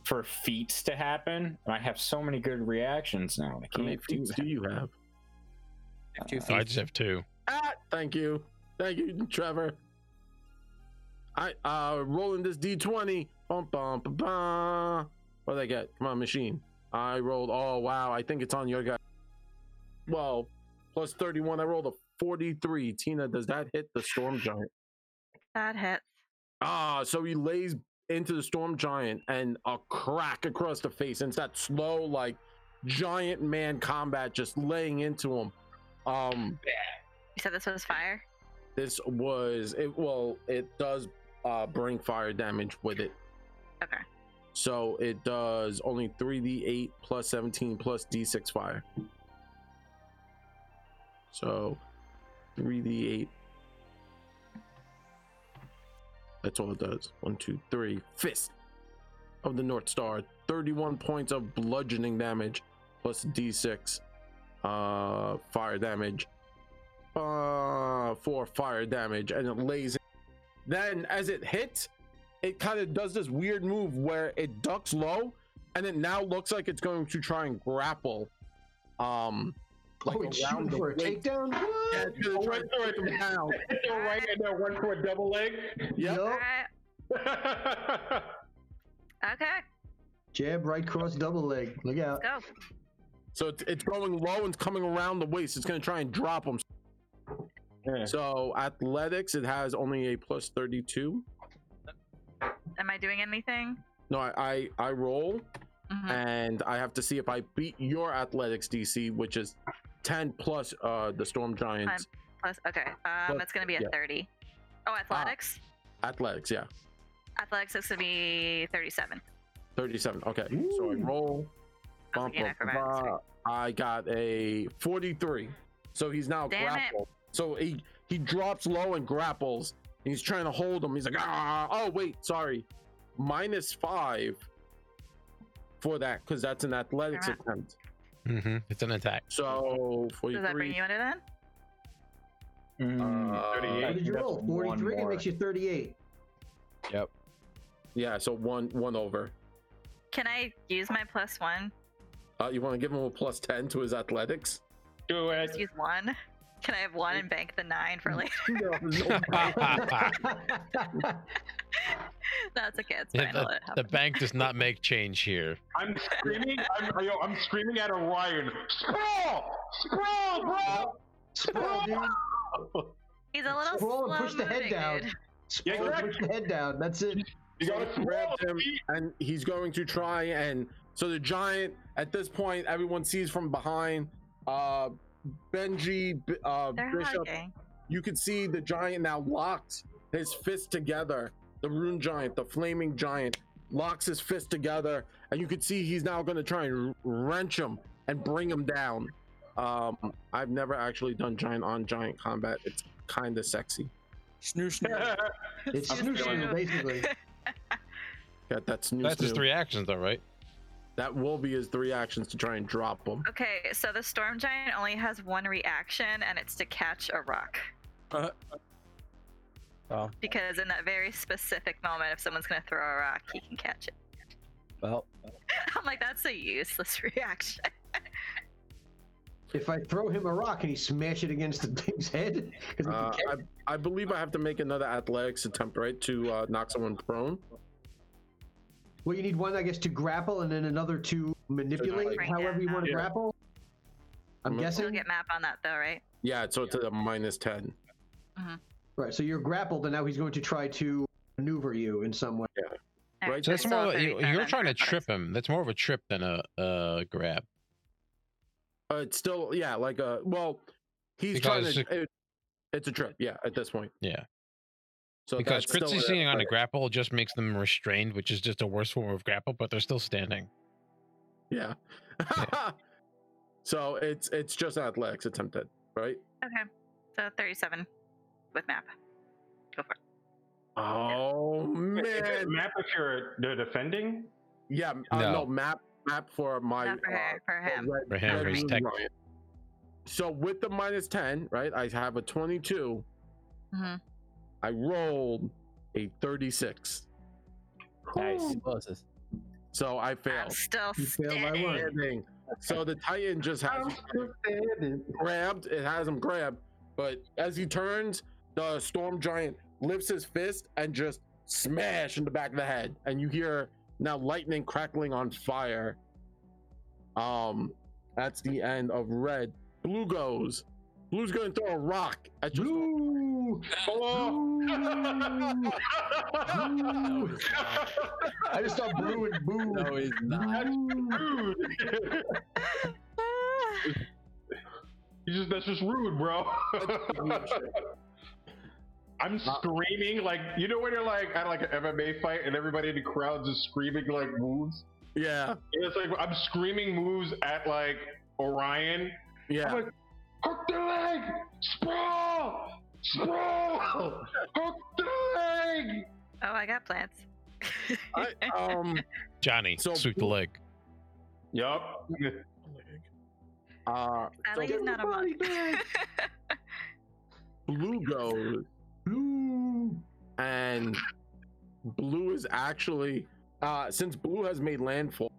Speaker 4: for feats to happen, and I have so many good reactions now. I
Speaker 1: How many
Speaker 4: can't do
Speaker 1: feats
Speaker 4: that.
Speaker 1: do you have?
Speaker 8: I just have two.
Speaker 1: Ah, thank you, thank you, Trevor. I uh rolling this d twenty. Bum bum ba bum. What did I get? Come on, machine. I rolled. Oh wow, I think it's on your guy. Well, plus thirty one. I rolled a forty three. Tina, does that hit the storm giant?
Speaker 6: That hit.
Speaker 1: Ah, so he lays into the storm giant and a crack across the face. And it's that slow, like giant man combat just laying into him. Um,
Speaker 6: You said this was fire.
Speaker 1: this was it well it does uh bring fire damage with it
Speaker 6: Okay.
Speaker 1: so it does only 3d8 plus 17 plus d6 fire so 3d8 that's all it does one two three fist of the north star 31 points of bludgeoning damage plus d6 uh fire damage uh, for fire damage and it lays. Then, as it hits, it kind of does this weird move where it ducks low, and it now looks like it's going to try and grapple. Um, like
Speaker 7: oh, it's shooting
Speaker 1: around the
Speaker 7: for a
Speaker 1: waist.
Speaker 7: takedown. What?
Speaker 1: Yeah, it's gonna try and take him (laughs) down.
Speaker 5: All right, and then one for a double leg.
Speaker 1: Yep.
Speaker 7: Yup.
Speaker 6: All right. Okay.
Speaker 7: Jab right cross double leg. Look out.
Speaker 6: Go.
Speaker 1: So it's, it's going low and it's coming around the waist. It's going to try and drop him.
Speaker 5: Yeah.
Speaker 1: So athletics, it has only a plus thirty-two.
Speaker 6: Am I doing anything?
Speaker 1: No, I I, I roll.
Speaker 6: Mm-hmm.
Speaker 1: and I have to see if I beat your athletics DC, which is 10 plus uh, the Storm Giants
Speaker 6: Plus, okay. Um,
Speaker 1: Plus-
Speaker 6: it's gonna be a
Speaker 1: yeah.
Speaker 6: thirty.
Speaker 7: Ah.
Speaker 6: Oh, athletics.
Speaker 1: athletics. Yeah,
Speaker 6: Athletics is gonna be thirty-seven.
Speaker 1: 37. Okay, so I roll.
Speaker 6: I was
Speaker 1: Bum,
Speaker 6: thinking
Speaker 1: bum,
Speaker 6: acrobatics.
Speaker 1: bum. I got a 43. So he's now
Speaker 6: Damn it.
Speaker 1: grappled. So he he drops low and grapples. And he's trying to hold him. He's like, ah, oh wait, sorry, minus five for that because that's an athletics
Speaker 6: Alright.
Speaker 1: attempt.
Speaker 8: Mm-hmm. It's an attack.
Speaker 1: So 43.
Speaker 6: Does that bring you into then?
Speaker 4: Hmm,
Speaker 5: um,
Speaker 1: Uh,
Speaker 7: What did you roll? 43 it makes you 38.
Speaker 1: Yep. Yeah. So one one over.
Speaker 6: Can I use my plus one?
Speaker 1: Uh, you want to give him a plus ten to his athletics?
Speaker 5: Do
Speaker 6: Just use one. Can I have one and bank the nine
Speaker 7: (laughs)
Speaker 6: for later? (laughs)
Speaker 8: (laughs)
Speaker 6: That's okay. It's fine. I'll
Speaker 8: the,
Speaker 6: let it
Speaker 8: the
Speaker 6: happen.
Speaker 8: bank does not make change here.
Speaker 5: I'm screaming. I'm, yo, I'm screaming at Orion. Sprawl! Sprawl, bro! Sprawl!
Speaker 6: He's a little
Speaker 7: Roll
Speaker 6: slow
Speaker 7: and push the head
Speaker 6: moving,
Speaker 7: down.
Speaker 6: dude.
Speaker 7: Sprawl and push the head down. That's it.
Speaker 5: You
Speaker 1: gotta grab him, and he's going to try and so the giant. At this point, everyone sees from behind. Uh, Benji, B- uh,
Speaker 6: They're
Speaker 1: Bishop.
Speaker 6: hugging.
Speaker 1: You can see the giant now locked his fist together. The rune giant, the flaming giant, locks his fist together, and you can see he's now going to try and r- wrench him and bring him down. Um, I've never actually done giant on giant combat. It's kind of sexy.
Speaker 3: Snoo snoo.
Speaker 7: It's
Speaker 5: I'm
Speaker 7: snooze,
Speaker 5: feeling it.
Speaker 7: basically.
Speaker 1: Got that snoo
Speaker 8: That's his
Speaker 1: snoo.
Speaker 8: three actions, though, right?
Speaker 1: That will be his three actions to try and drop him.
Speaker 6: Okay, so the storm giant only has one reaction, and it's to catch a rock.
Speaker 7: Uh,
Speaker 3: Oh,
Speaker 6: Because in that very specific moment, if someone's gonna throw a rock, he can catch it.
Speaker 3: (laughs)
Speaker 6: (laughs)
Speaker 3: well,
Speaker 6: I'm like, that's a useless (laughs) reaction.
Speaker 7: If I throw him a rock and he smash it against the thing's head, 'cause he can
Speaker 1: Uh,
Speaker 7: catch it.
Speaker 1: I, I believe I have to make another athletics attempt, right, to uh, knock someone prone.
Speaker 7: well, you need one, I guess, to grapple and then another to manipulate.
Speaker 6: Right
Speaker 7: however you
Speaker 6: now.
Speaker 7: want to
Speaker 1: Yeah.
Speaker 7: grapple. I'm
Speaker 1: Mhm.
Speaker 6: You'll
Speaker 7: guessing.
Speaker 6: get map on that though, right?
Speaker 1: Yeah, so it's a minus ten.
Speaker 7: Right. So you're grappled, and now he's going to try to maneuver you in some way.
Speaker 1: Right,
Speaker 8: So that's more.
Speaker 6: of
Speaker 8: of a- You, you're trying to trip him. That's more of a trip than a, a grab.
Speaker 1: Uh, it's still yeah, like a well, he's
Speaker 8: Because-
Speaker 1: trying to. It, it's a trip, yeah. At this point,
Speaker 8: Yeah.
Speaker 1: so
Speaker 8: because
Speaker 1: that's still
Speaker 8: crit
Speaker 1: an
Speaker 8: succeeding on a
Speaker 1: athletic.
Speaker 8: grapple just makes them restrained, which is just a worse form of grapple, but they're still standing.
Speaker 1: Yeah. (laughs) so it's it's just athletics attempted, right?
Speaker 6: Okay, so 37 with map.
Speaker 1: Oh
Speaker 5: Is it
Speaker 1: man,
Speaker 5: map if you're they're defending?
Speaker 1: yeah. Uh,
Speaker 8: No.
Speaker 1: no. map map for my
Speaker 6: Not for her, for
Speaker 1: uh,
Speaker 6: him.
Speaker 1: red-
Speaker 8: For him,
Speaker 1: red
Speaker 8: he's
Speaker 1: moon
Speaker 8: tech-
Speaker 1: riot. So with the minus ten, right? I have a twenty-two.
Speaker 6: Mhm.
Speaker 1: I rolled a thirty-six,
Speaker 4: Nice.
Speaker 3: closest.
Speaker 1: so I
Speaker 6: I'm
Speaker 1: failed.
Speaker 6: still
Speaker 7: You failed by
Speaker 6: standing.
Speaker 7: one.
Speaker 1: Standing. So the Titan just has him grabbed. It has him grabbed, but as he turns, the storm giant lifts his fist and just smash in the back of the head, and you hear now lightning crackling on fire. Um, that's the end of red. Blue goes. Blue's gonna throw a rock at your
Speaker 7: Blue. Blue. Blue. I just saw blue and boo.
Speaker 3: No, Oh, he's not.
Speaker 5: Rude. You just that's just rude, bro. (laughs) I'm screaming like you know when you're like at like an MMA fight and everybody in the crowd just screaming like moves.
Speaker 1: (laughs) Yeah,
Speaker 5: And it's like I'm screaming moves at like Orion.
Speaker 1: yeah.
Speaker 5: I'm like, hook the leg, sprawl, sprawl, hook the leg.
Speaker 6: (laughs) Oh, I got plants.
Speaker 1: I, um,
Speaker 8: Johnny,
Speaker 1: So-
Speaker 8: sweep the leg.
Speaker 5: Yup.
Speaker 1: uh,
Speaker 6: At least he's not a monk.
Speaker 1: blue goes.
Speaker 7: Blue.
Speaker 1: and blue is actually uh since blue has made landfall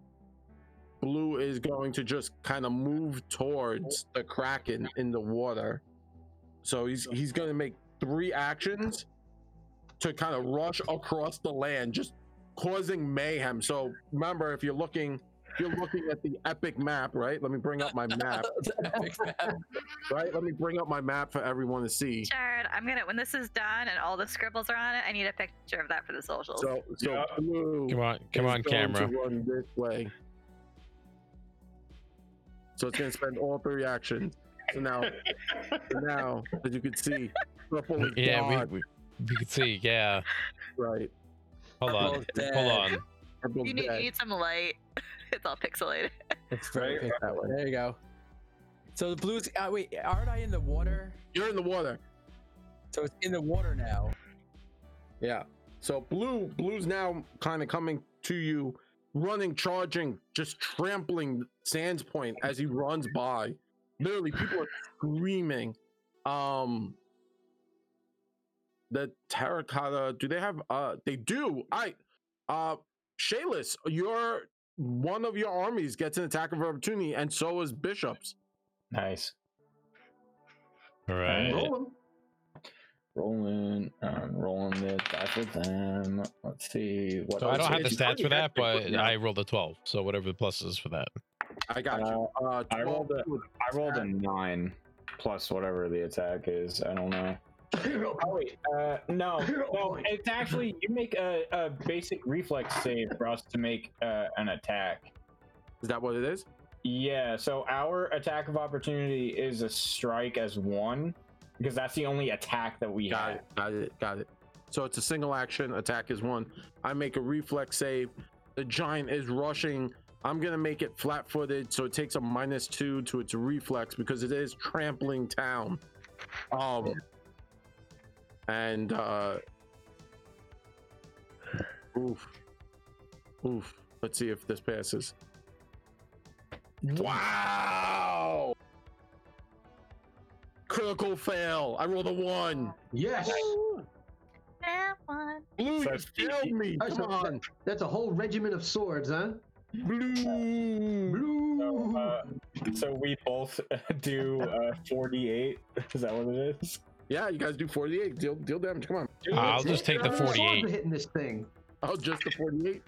Speaker 1: blue is going to just kind of move towards the kraken in the water so he's he's going to make three actions to kind of rush across the land just causing mayhem so remember if you're looking if you're looking at the epic map right let me bring up my
Speaker 6: (laughs)
Speaker 1: map right let me bring up my map for everyone to see
Speaker 6: (laughs) Jared, I'm gonna, when this is done and all the scribbles are on it, I need a picture of that for the socials.
Speaker 1: so so
Speaker 5: Yeah.
Speaker 1: blue
Speaker 8: Come on, come
Speaker 1: is
Speaker 8: on,
Speaker 1: going to
Speaker 8: camera.
Speaker 1: run this way. So it's gonna spend all three actions. So now, so now, as you can see, purple is
Speaker 8: Yeah,
Speaker 1: gone,
Speaker 8: we, we we can see. Yeah,
Speaker 1: right.
Speaker 8: hold on,
Speaker 3: Purple's dead.
Speaker 8: hold on.
Speaker 1: Purple's
Speaker 6: You need, you
Speaker 1: dead.
Speaker 6: need some light. (laughs) It's all pixelated. (laughs)
Speaker 3: It's very picked that way. There you go. So the blues. Uh, wait, aren't I in the water?
Speaker 1: You're in the water.
Speaker 3: So it's in the water now.
Speaker 1: Yeah. So blue, blue's now kind of coming to you, running, charging, just trampling Sands Point as he runs by. Literally, people are screaming. Um, the terracotta. Do they have? Uh, they do. I, uh, Shayless, your one of your armies gets an attack of opportunity, and so is Bishop's.
Speaker 4: Nice.
Speaker 8: All right.
Speaker 1: Roll 'em.
Speaker 4: Rolling, I'm rolling this back with them. um, Let's see what.
Speaker 8: So I don't have the stats for that, but
Speaker 4: Yeah.
Speaker 8: I rolled a 12. So whatever the plus is for that.
Speaker 1: I got you.
Speaker 4: Uh,
Speaker 1: Uh,
Speaker 4: I rolled
Speaker 1: 12
Speaker 4: a, I rolled a nine plus whatever the attack is. I don't know.
Speaker 8: (laughs)
Speaker 4: Oh wait, uh, no, no. It's actually you make a, a basic reflex save for us to make uh, an attack.
Speaker 1: Is that what it is?
Speaker 4: Yeah. So our attack of opportunity is a strike as one because that's the only attack that we
Speaker 1: Got
Speaker 4: have.
Speaker 1: it. Got it. Got it. So it's a single action. Attack is one. I make a reflex save. The giant is rushing. I'm gonna make it flat-footed, so it takes a minus two to its reflex because it is trampling town. Um, and uh, oof, oof. Let's see if this passes. Wow! Critical fail. I rolled a one.
Speaker 7: Yes.
Speaker 6: That one.
Speaker 1: Blue,
Speaker 4: So
Speaker 1: you
Speaker 4: she-
Speaker 1: failed me.
Speaker 7: That's
Speaker 1: Come
Speaker 7: a-
Speaker 1: on.
Speaker 7: That's a whole regiment of swords, huh?
Speaker 1: Blue.
Speaker 7: Blue.
Speaker 4: So, uh, so we both do uh, 48. (laughs) Is that what it is?
Speaker 1: Yeah, you guys do 48. Deal, deal damage. Come on.
Speaker 8: I'll just take the
Speaker 7: How many swords
Speaker 8: 48.
Speaker 7: are Hitting this thing.
Speaker 1: Oh, just the 48.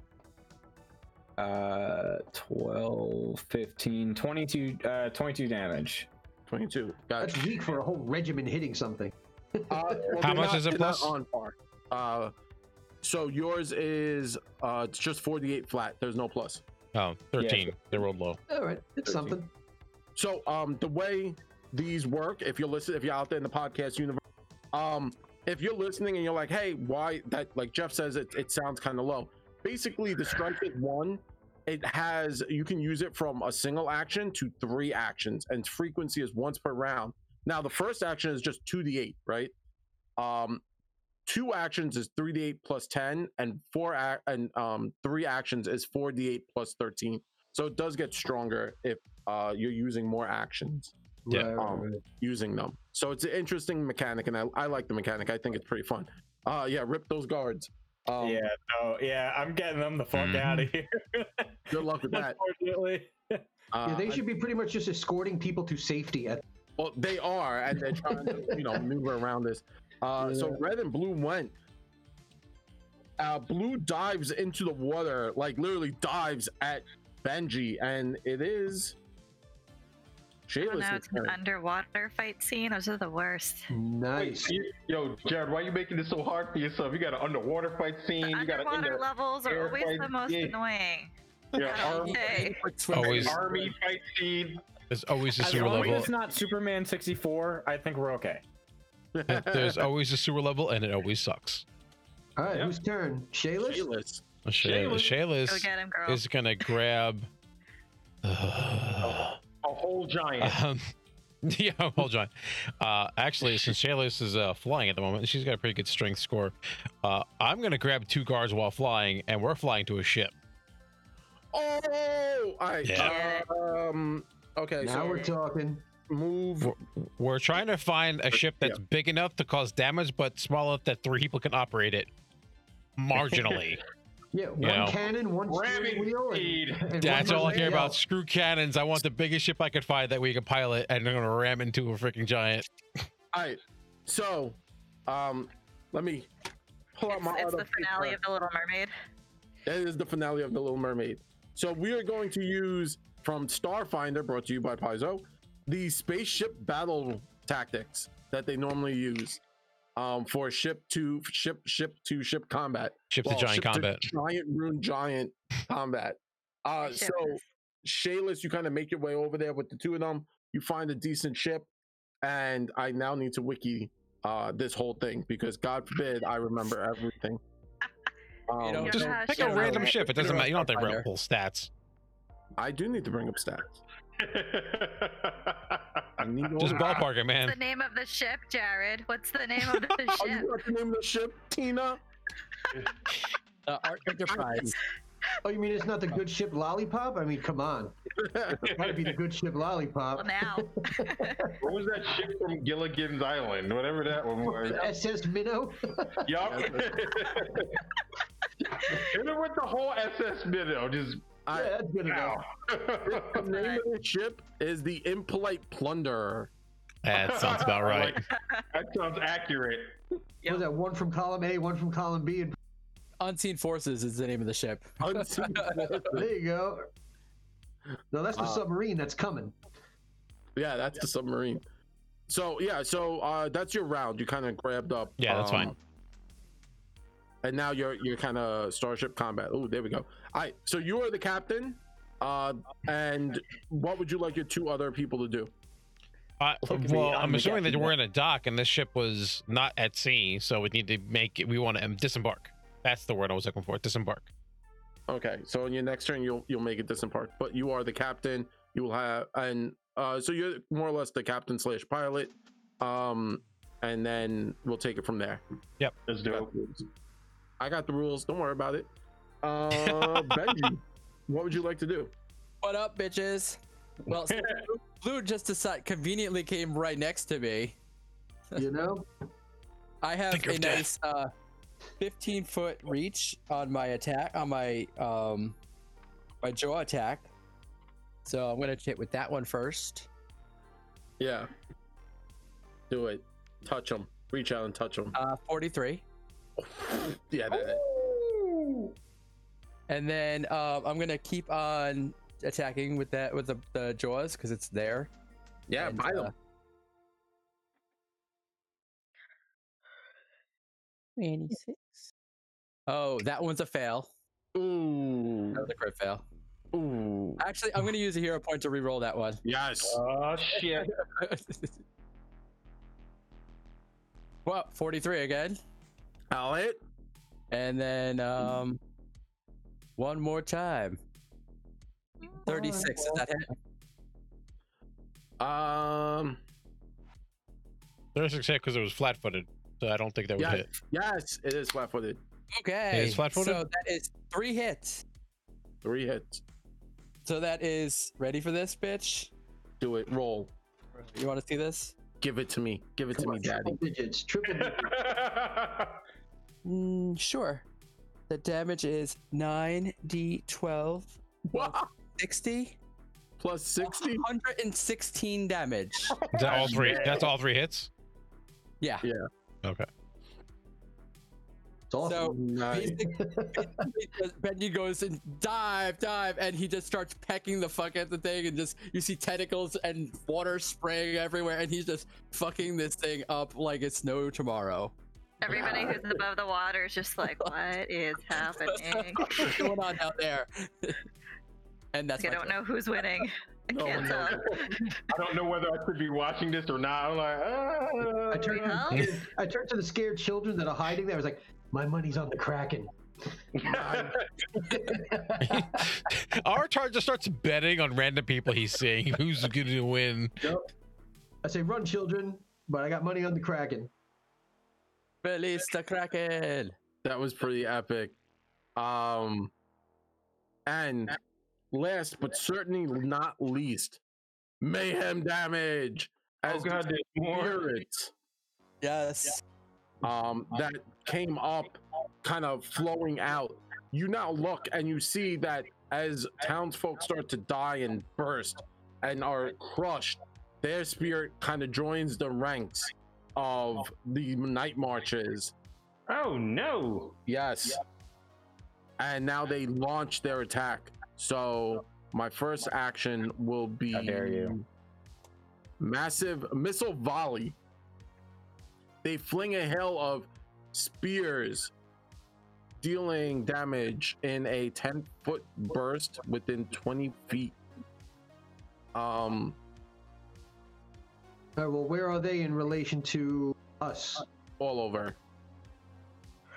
Speaker 4: Uh, 12, 15, 22, uh, 22 damage.
Speaker 1: 22. Got
Speaker 7: That's
Speaker 1: it.
Speaker 7: weak for a whole regiment hitting something.
Speaker 1: Uh, well, they're
Speaker 8: much
Speaker 1: not-
Speaker 8: is it
Speaker 1: they're not
Speaker 8: plus?
Speaker 1: On par. Uh, so yours is uh, it's just 48 flat. There's no plus.
Speaker 8: Oh,
Speaker 4: Yeah,
Speaker 8: 13. They rolled low.
Speaker 7: All right, it's something.
Speaker 1: So um, the way these work, if you're listening, if you're out there in the podcast universe, um, if you're listening and you're like, hey, why that? Like Jeff says, it it sounds kind of low. Basically, the strike at one, it has you can use it from a single action to three actions, and its frequency is once per round. Now the first action is just two d eight, right? Um, two actions is three d eight plus ten, and four ac- and um three actions is four d eight plus thirteen. So it does get stronger if uh you're using more actions
Speaker 8: Yeah.
Speaker 7: Right, right,
Speaker 1: Um,
Speaker 7: right.
Speaker 1: using them. So it's an interesting mechanic, and I, I like the mechanic. I think it's pretty fun. Uh yeah, rip those guards. Um,
Speaker 4: yeah, no, Oh, yeah, I'm getting them the fuck
Speaker 8: Mhm.
Speaker 4: out of here.
Speaker 1: Good luck with that.
Speaker 4: Unfortunately.
Speaker 1: Uh,
Speaker 7: (laughs) yeah, they
Speaker 1: I-
Speaker 7: should be pretty much just escorting people to safety. At,
Speaker 1: Well, they are, and they're trying to, you know, maneuver around this. Uh, So red and blue went. Uh, blue dives into the water, like literally dives at Benji, and it is.
Speaker 6: Oh,
Speaker 1: Shayla's
Speaker 6: no, it's an
Speaker 1: turn.
Speaker 6: underwater fight scene. Those are the worst.
Speaker 5: Wait,
Speaker 7: nice.
Speaker 5: you- yo, Jared, why you making this so hard for yourself? You got an underwater fight scene. you got an
Speaker 6: Underwater levels
Speaker 5: air
Speaker 6: are always
Speaker 5: fight
Speaker 6: the most
Speaker 5: scene.
Speaker 6: annoying.
Speaker 5: yeah, arm-
Speaker 6: Okay.
Speaker 8: Always,
Speaker 5: army fight scene.
Speaker 8: there's always a
Speaker 4: As
Speaker 8: sewer
Speaker 4: long as
Speaker 8: level.
Speaker 4: it's not Superman 64, I think we're okay.
Speaker 8: (laughs) There's always a sewer level, and it always sucks.
Speaker 7: All right,
Speaker 5: Yep.
Speaker 7: whose turn? Shayla's?
Speaker 1: Shayla's.
Speaker 8: Shayla,
Speaker 6: Go
Speaker 8: Shayla's
Speaker 6: get him, girl.
Speaker 8: is gonna grab. (sighs)
Speaker 5: A whole giant.
Speaker 8: Um, (laughs) yeah, hold on. Uh, actually, since Shayla's is uh, flying at the moment, she's got a pretty good strength score. Uh, I'm gonna grab two guards while flying, and we're flying to a ship.
Speaker 1: Oh, all right.
Speaker 8: Yeah.
Speaker 1: Um. Okay.
Speaker 7: now
Speaker 1: so
Speaker 7: we're talking.
Speaker 1: move.
Speaker 8: We're trying to find a ship that's big enough to cause damage, but small enough that three people can operate it marginally.
Speaker 7: Yeah, one
Speaker 8: know.
Speaker 7: cannon, one steering
Speaker 5: Ramming
Speaker 7: wheel,
Speaker 5: speed.
Speaker 7: and, and
Speaker 8: That's
Speaker 7: one
Speaker 8: all I
Speaker 7: leg
Speaker 8: care about.
Speaker 7: out.
Speaker 8: Screw cannons. I want the biggest ship I could find that we can pilot, and I'm gonna ram into a freaking giant.
Speaker 1: All right. So, um, let me pull out
Speaker 6: It's,
Speaker 1: my.
Speaker 6: it's
Speaker 1: other
Speaker 6: the finale
Speaker 1: paper.
Speaker 6: of The Little Mermaid.
Speaker 1: That is the finale of The Little Mermaid. So we are going to use from Starfinder, brought to you by Paizo, the spaceship battle tactics that they normally use um, for ship to ship ship to ship combat.
Speaker 8: Ship
Speaker 1: Well,
Speaker 8: to giant
Speaker 1: ship
Speaker 8: combat.
Speaker 1: giant rune giant combat. Uh,
Speaker 6: Ship.
Speaker 1: so Shayla's, you kind of make your way over there with the two of them. You find a decent ship, and I now need to wiki uh, this whole thing because God forbid I remember everything. Um,
Speaker 3: don't
Speaker 8: Just
Speaker 3: have
Speaker 8: pick
Speaker 3: shit
Speaker 8: a
Speaker 3: about
Speaker 8: random
Speaker 3: it.
Speaker 8: ship. It doesn't matter. You don't have to
Speaker 1: Finder.
Speaker 8: re- pull stats.
Speaker 1: I do need to bring up stats. I need all
Speaker 8: Uh, Just
Speaker 1: that.
Speaker 8: ballpark it,
Speaker 6: What's
Speaker 8: man.
Speaker 6: (laughs) the name of the ship, Jared? What's the name
Speaker 1: (laughs)
Speaker 6: of the
Speaker 1: Oh,
Speaker 6: ship?
Speaker 1: you got the name of the ship, Tina?
Speaker 3: Uh, Arc Enterprise.
Speaker 7: Oh, you mean it's not the good ship lollipop? I mean, come
Speaker 1: (laughs)
Speaker 7: on. It might be the good ship
Speaker 6: Well,
Speaker 7: lollipop.
Speaker 6: now.
Speaker 5: (laughs) What was that ship from Gilligan's Island? Whatever that one was.
Speaker 7: SS Minnow?
Speaker 5: yup. (laughs) Hit it with the whole SS minnow. Just
Speaker 1: I-
Speaker 7: yeah, that's good enough.
Speaker 1: the name of the ship is the Impolite
Speaker 8: (laughs)
Speaker 1: Plunderer.
Speaker 8: That (laughs) sounds
Speaker 5: (laughs)
Speaker 8: about right.
Speaker 5: that sounds accurate.
Speaker 7: What Was that one from column A, one from column B? And (laughs)
Speaker 3: Unseen Forces is the name of the ship.
Speaker 1: Unseen forces.
Speaker 7: there you go. No, that's the
Speaker 1: Uh,
Speaker 7: submarine that's coming.
Speaker 1: yeah, that's the submarine. So yeah, so uh, that's your round. You kind of grabbed up.
Speaker 8: Yeah, that's
Speaker 1: um,
Speaker 8: fine.
Speaker 1: And now you're you're kind of starship combat. Oh, there we go. All right, so you are the captain. Uh, and what would you like your two other people to do?
Speaker 8: Uh,
Speaker 4: Look at me,
Speaker 8: well,
Speaker 4: I'm
Speaker 8: I'm
Speaker 4: the
Speaker 8: assuming that
Speaker 4: captain
Speaker 8: we're in a dock and this ship was not at sea, so we need to make it. We want to um, disembark. That's the word I was looking for. Disembark.
Speaker 1: Okay, so in your next turn, you'll you'll make it disembark, but you are the captain. You will have and uh, so you're more or less the captain slash pilot. Um, and then we'll take it from there.
Speaker 5: Let's do it.
Speaker 1: I got the rules. Don't worry about it. (laughs) Uh, Benji, what would you like to do?
Speaker 3: What up, bitches? Well, since Blue- Blue just decided conveniently came right next to me.
Speaker 1: (laughs)
Speaker 7: You know?
Speaker 3: I have
Speaker 8: Finger
Speaker 3: a
Speaker 8: of death.
Speaker 3: nice uh, 15 foot reach on my attack on my um my jaw attack. So I'm gonna hit with that one first.
Speaker 1: Yeah, do it. Touch him. Reach out and touch him.
Speaker 3: Uh, 43,
Speaker 1: Uh, Yeah, that,
Speaker 3: and then uh, I'm gonna keep on attacking with that with the, the jaws because it's there.
Speaker 1: yeah.
Speaker 3: And,
Speaker 1: Buy
Speaker 3: uh,
Speaker 1: them.
Speaker 3: Oh, that one's a fail.
Speaker 1: Ooh,
Speaker 3: That was a crit fail.
Speaker 1: ooh.
Speaker 3: Actually, I'm gonna use a hero point to re-roll that one. (laughs)
Speaker 1: Yes.
Speaker 4: Uh,
Speaker 5: Oh shit. (laughs)
Speaker 3: well, 43 again.
Speaker 1: I'll hit.
Speaker 3: And then um
Speaker 1: Mm.
Speaker 3: one more time. 36 is that hit?
Speaker 1: Um.
Speaker 8: There's a hit because it was flat-footed, so I don't think that would
Speaker 1: Yeah.
Speaker 8: hit.
Speaker 1: Yes, it is flat-footed.
Speaker 3: Okay. so
Speaker 8: flat-footed?
Speaker 3: that is 3 hits.
Speaker 1: Three hits.
Speaker 3: So that is ready for this bitch.
Speaker 1: Do it. Roll.
Speaker 3: You want to see this?
Speaker 1: Give it to me. Give it to
Speaker 7: Come
Speaker 1: me,
Speaker 7: on,
Speaker 1: Daddy. (laughs)
Speaker 7: triple digits.
Speaker 5: (laughs)
Speaker 7: Triple
Speaker 5: Oh,
Speaker 7: digits.
Speaker 3: Mm, sure. The damage is 9d12
Speaker 1: Wow.
Speaker 3: 60
Speaker 1: Plus (laughs) sixty.
Speaker 3: 116 damage.
Speaker 6: (laughs)
Speaker 8: Is that all three? That's all three hits.
Speaker 3: Yeah.
Speaker 1: Yeah.
Speaker 8: Okay. (laughs)
Speaker 7: It's awesome.
Speaker 3: So
Speaker 1: Nice.
Speaker 3: Basically, Benji goes and dive, dive, and he just starts pecking the fuck at the thing, and just you see tentacles and water spraying everywhere, and he's just fucking this thing up like it's no tomorrow.
Speaker 6: Everybody
Speaker 1: (laughs)
Speaker 6: who's above the water is just like, what is happening?
Speaker 3: What's going on out there? (laughs) and that's
Speaker 6: I
Speaker 3: my
Speaker 6: don't
Speaker 3: turn.
Speaker 6: know
Speaker 1: (laughs)
Speaker 6: who's winning. I
Speaker 1: No
Speaker 6: can't
Speaker 1: one
Speaker 6: tell.
Speaker 5: I don't know whether I should be watching this or not. I'm like, ah.
Speaker 7: (laughs) I turned, to
Speaker 6: Well,
Speaker 7: the scared, I turned to the scared children that are hiding there. I was like, my money's on the Kraken.
Speaker 8: Our charge just starts betting on random people he's seeing. Who's going to win?
Speaker 7: I say, run, children, but I got money on the Kraken.
Speaker 3: Release the Kraken.
Speaker 1: That was pretty epic. Um, and last but certainly not least, mayhem damage.
Speaker 5: (laughs) oh
Speaker 1: As
Speaker 5: god, there's more.
Speaker 1: spirits,
Speaker 3: Yes.
Speaker 1: um, that came up, kind of flowing out. You now look and you see that as townsfolk start to die and burst and are crushed, their spirit kind of joins the ranks of the night marches
Speaker 5: Oh no.
Speaker 1: Yes. And now they launch their attack. So my first action will be
Speaker 4: How dare you.
Speaker 1: massive missile volley. They fling a hail of spears, dealing damage in a 10 foot burst within 20 feet. Um, (laughs)
Speaker 7: All right, well, where are they in relation to us?
Speaker 1: all over.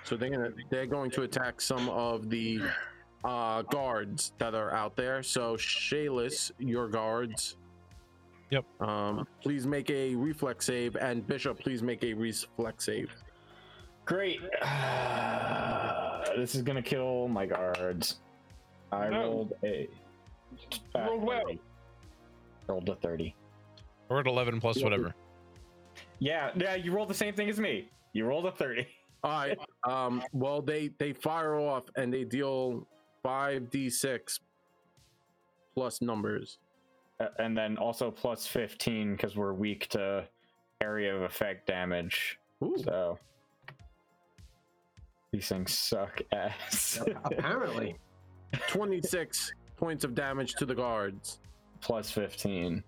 Speaker 1: So they're gonna they're going to attack some of the uh, guards that are out there. So Shayless, your guards.
Speaker 8: Yep.
Speaker 1: Um, please make a reflex save, and Bishop, please make a reflex save.
Speaker 4: Great. (sighs) Uh, this is gonna kill my guards. I
Speaker 5: No.
Speaker 4: rolled a. uh,
Speaker 5: Rolled well.
Speaker 4: 30. Rolled a thirty.
Speaker 8: We're at 11 plus whatever.
Speaker 4: Yeah, yeah. You rolled the same thing as me. You rolled a thirty.
Speaker 1: All right. Um, well, they they fire off and they deal five d six plus numbers.
Speaker 4: Uh, and then also plus 15 because we're weak to area of effect damage. So these things suck ass.
Speaker 7: Apparently,
Speaker 1: twenty six points of damage to the guards.
Speaker 4: Plus 15.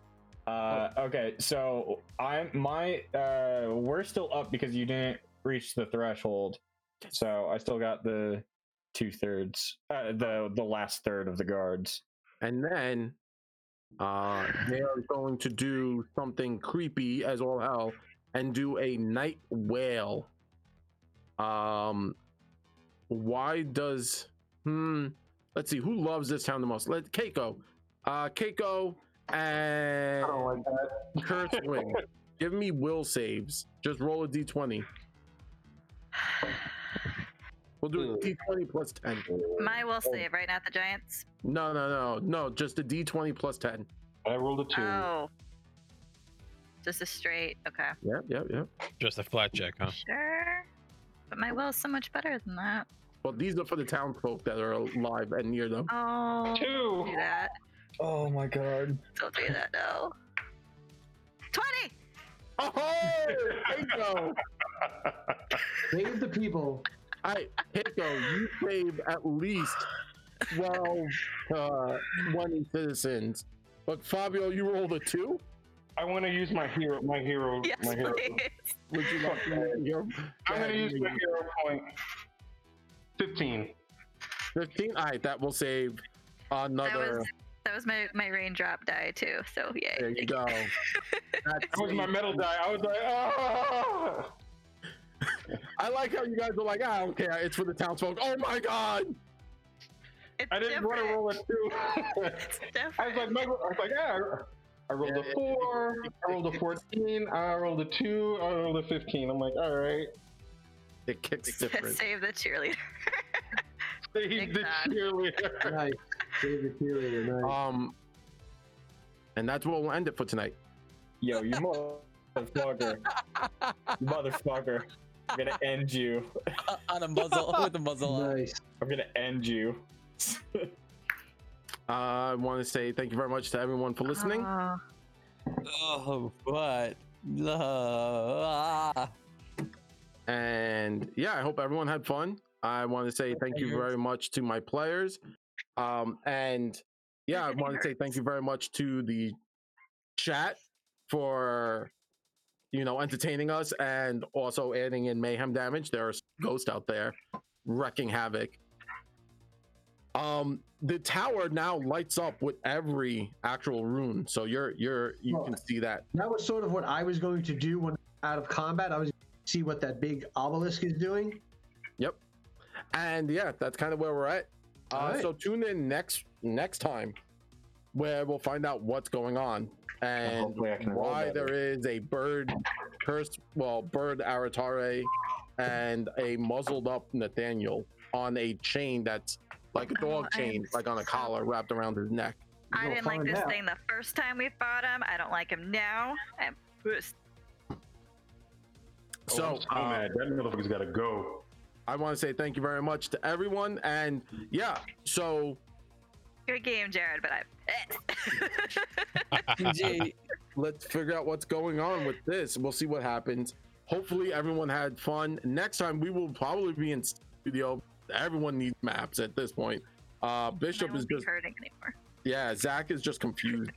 Speaker 5: Oh.
Speaker 4: Uh, okay, so I'm my uh, we're still up because you didn't reach the threshold, so I still got the two thirds, uh, the the last third of the guards.
Speaker 1: And then uh, they are going to do something creepy as all hell and do a night whale. Um, why does hmm? Let's see who loves this town the most. Let Keiko, uh, Keiko and
Speaker 5: Oh.
Speaker 1: Kurtzwin. Give me will saves. Just roll a d20.
Speaker 6: (sighs)
Speaker 1: We'll do a d20 plus 10.
Speaker 6: My will save, right? Not the Giants.
Speaker 1: No, no, no, no. Just a d20 plus 10.
Speaker 5: I rolled a
Speaker 6: Oh. Just a straight. Okay.
Speaker 1: Yep, yep, yep.
Speaker 8: Just a flat check, huh?
Speaker 6: Sure. But my will's so much better than that.
Speaker 1: Well, these are for the town folk that are alive and near them.
Speaker 6: Oh.
Speaker 5: Two.
Speaker 6: Don't do that.
Speaker 4: Oh my god!
Speaker 6: Don't do that. No. Twenty.
Speaker 1: Oh, Keiko!
Speaker 7: save the people.
Speaker 1: I, Keiko, you save at least 12 uh, 20 citizens. But Fabio, you rolled a two?
Speaker 5: I want to use my hero. My hero.
Speaker 6: Yes,
Speaker 5: Oh my hero.
Speaker 6: please.
Speaker 1: Would you like to your,
Speaker 5: I'm gonna use my hero point. Fifteen.
Speaker 1: 15? All right, that will save
Speaker 6: That
Speaker 1: another.
Speaker 6: was that was my my raindrop die too. So yay.
Speaker 1: There you
Speaker 6: (laughs)
Speaker 1: go. That
Speaker 5: That was my
Speaker 1: saves-
Speaker 5: metal die. I was like, ah.
Speaker 1: I like how you guys are like, ah, I don't care. It's for the townsfolk. Oh my god!
Speaker 6: It's
Speaker 5: I didn't want to roll a two.
Speaker 6: (laughs) It's
Speaker 5: I was like,
Speaker 6: different. (laughs)
Speaker 5: my, I was like, ah. I rolled
Speaker 1: Yeah,
Speaker 5: a
Speaker 1: it-
Speaker 5: four.
Speaker 1: it-
Speaker 5: I rolled
Speaker 1: it-
Speaker 5: a fourteen. I rolled a two. I rolled a fifteen. I'm like, all right. (laughs)
Speaker 1: It kicks different.
Speaker 6: Save the cheerleader.
Speaker 5: He's the
Speaker 6: Exactly.
Speaker 5: cheerleader.
Speaker 7: Nice. Save the cheerleader. Nice.
Speaker 1: Um, and that's what we'll end it for tonight.
Speaker 4: Yo, you motherfucker, You motherfucker! I'm gonna end you.
Speaker 3: (laughs) on a muzzle with a muzzle on.
Speaker 7: Nice.
Speaker 4: I'm gonna end you.
Speaker 1: Uh, I want to say thank you very much to everyone for listening.
Speaker 6: Oh.
Speaker 3: Oh, but no. (laughs) ah.
Speaker 1: and yeah, I hope everyone had fun. I want to say thank you very much to my players. Um, and yeah, I want to say thank you very much to the chat for you know entertaining us and also adding in mayhem damage. There are ghosts out there wrecking havoc. Um, the tower now lights up with every actual rune, so you're you're you can see that.
Speaker 7: That was sort of what I was going to do when out of combat. I was gonna see what that big obelisk is doing.
Speaker 1: Yep. And yeah, that's kind of where we're at. Uh,
Speaker 7: All right.
Speaker 1: So tune in next next time, where we'll find out what's going on and
Speaker 4: Hopefully I can roll
Speaker 1: why
Speaker 4: better.
Speaker 1: there is a bird cursed, well, bird Aratare and a muzzled up Nathaniel on a chain that's like a dog
Speaker 6: I
Speaker 1: chain, like on a collar wrapped around his neck.
Speaker 6: I
Speaker 7: We'll
Speaker 6: didn't like
Speaker 7: find
Speaker 6: this
Speaker 7: out.
Speaker 6: thing the first time we fought him. I don't like him now. I'm pissed.
Speaker 1: So
Speaker 5: I'm
Speaker 1: uh,
Speaker 5: mad. That motherfucker's gotta go.
Speaker 1: I want to say thank you very much to everyone, and yeah, so.
Speaker 6: Good game, Jared, but eh. (laughs) I'm pissed.
Speaker 3: GG.
Speaker 1: let's figure out what's going on with this. We'll see what happens. Hopefully, everyone had fun. Next time, we will probably be in studio. Everyone needs maps at this point. Uh,
Speaker 6: I
Speaker 1: Bishop is
Speaker 6: won't be
Speaker 1: just
Speaker 6: hurting anymore.
Speaker 1: yeah. Zach is just confused.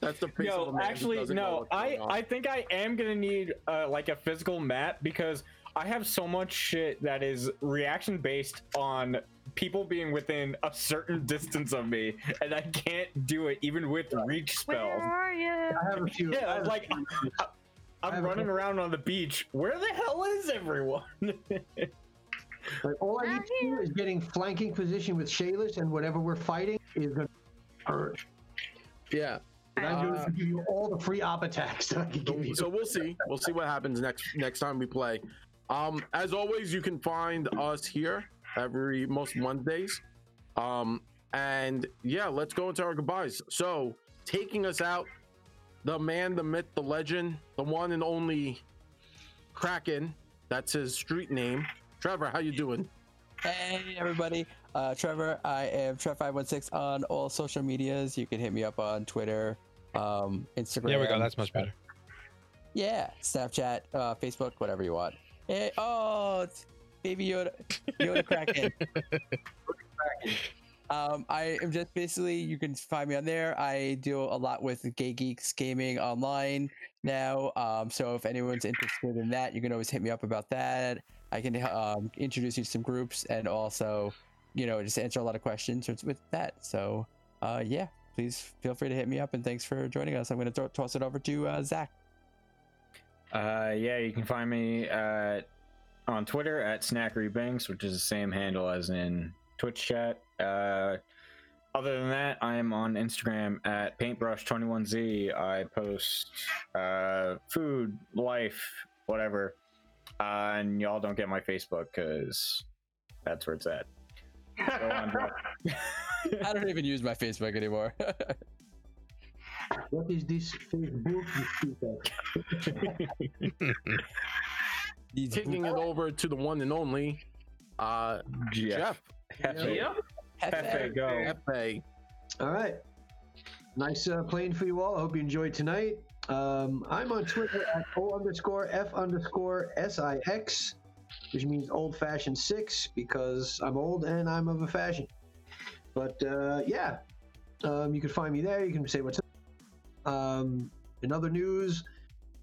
Speaker 1: That's the face of a
Speaker 4: Yo,
Speaker 1: man who
Speaker 4: actually,
Speaker 1: doesn't know
Speaker 4: no.
Speaker 1: what's
Speaker 4: I
Speaker 1: going on.
Speaker 4: I think I am gonna need uh, like a physical map because I have so much shit that is reaction based on people being within a certain distance of me, and I can't do it even with reach spells.
Speaker 6: Where are you?
Speaker 7: I have a few.
Speaker 4: (laughs)
Speaker 7: I
Speaker 4: Yeah,
Speaker 7: have
Speaker 4: I'm
Speaker 7: a
Speaker 4: like
Speaker 7: I
Speaker 4: I'm
Speaker 7: have a
Speaker 4: running around on the beach. Where the hell is everyone?
Speaker 7: Like, all I need to do is getting flanking position with Shayla's, and whatever we're fighting is going to hurt.
Speaker 1: Yeah.
Speaker 7: And I'm going
Speaker 1: Uh,
Speaker 7: to give you all the free op attacks that I can give you.
Speaker 1: So we'll see. We'll see what happens next next time we play. Um, as always, you can find us here every most Mondays. Um, and yeah, let's go into our goodbyes. So taking us out, the man, the myth, the legend, the one and only Kraken. That's his street name. Trevor, how you doing?
Speaker 3: Hey everybody, uh, Trevor. I am Trev516 on all social medias. You can hit me up on Twitter, um, Instagram.
Speaker 8: There we go. That's much better.
Speaker 3: Yeah, Snapchat, uh, Facebook, whatever you want. Hey, oh, it's baby Yoda, Yoda Kraken. um, I am just basically you can find me on there. I do a lot with Gay Geeks Gaming online now. Um, so if anyone's interested in that, you can always hit me up about that. I can um, introduce you to some groups and also, you know, just answer a lot of questions with- with that. So uh, yeah, please feel free to hit me up and thanks for joining us. I'm going to toss it over to uh, Zach.
Speaker 4: Uh, yeah, you can find me uh, on Twitter at SnackeryBanks, which is the same handle as in Twitch chat. Uh, other than that, I am on Instagram at Paintbrush21Z. I post uh, food, life, whatever. Uh, and y'all don't get my Facebook because that's where it's at. Go on, bro.
Speaker 3: I don't even use my Facebook anymore. (laughs)
Speaker 7: What is this Facebook you speak
Speaker 4: (laughs)
Speaker 1: Kicking it over to the one and only uh, Jeff.
Speaker 7: Hefe. Yep. Hefe, go.
Speaker 1: Hefe.
Speaker 7: All right. Nice uh, playing for you all. I hope you enjoyed tonight. Um, I'm on Twitter at O underscore F underscore SIX, which means old fashioned six because I'm old and I'm of a fashion. But uh, yeah, um, you can find me there. You can say what's up. Um, in other news,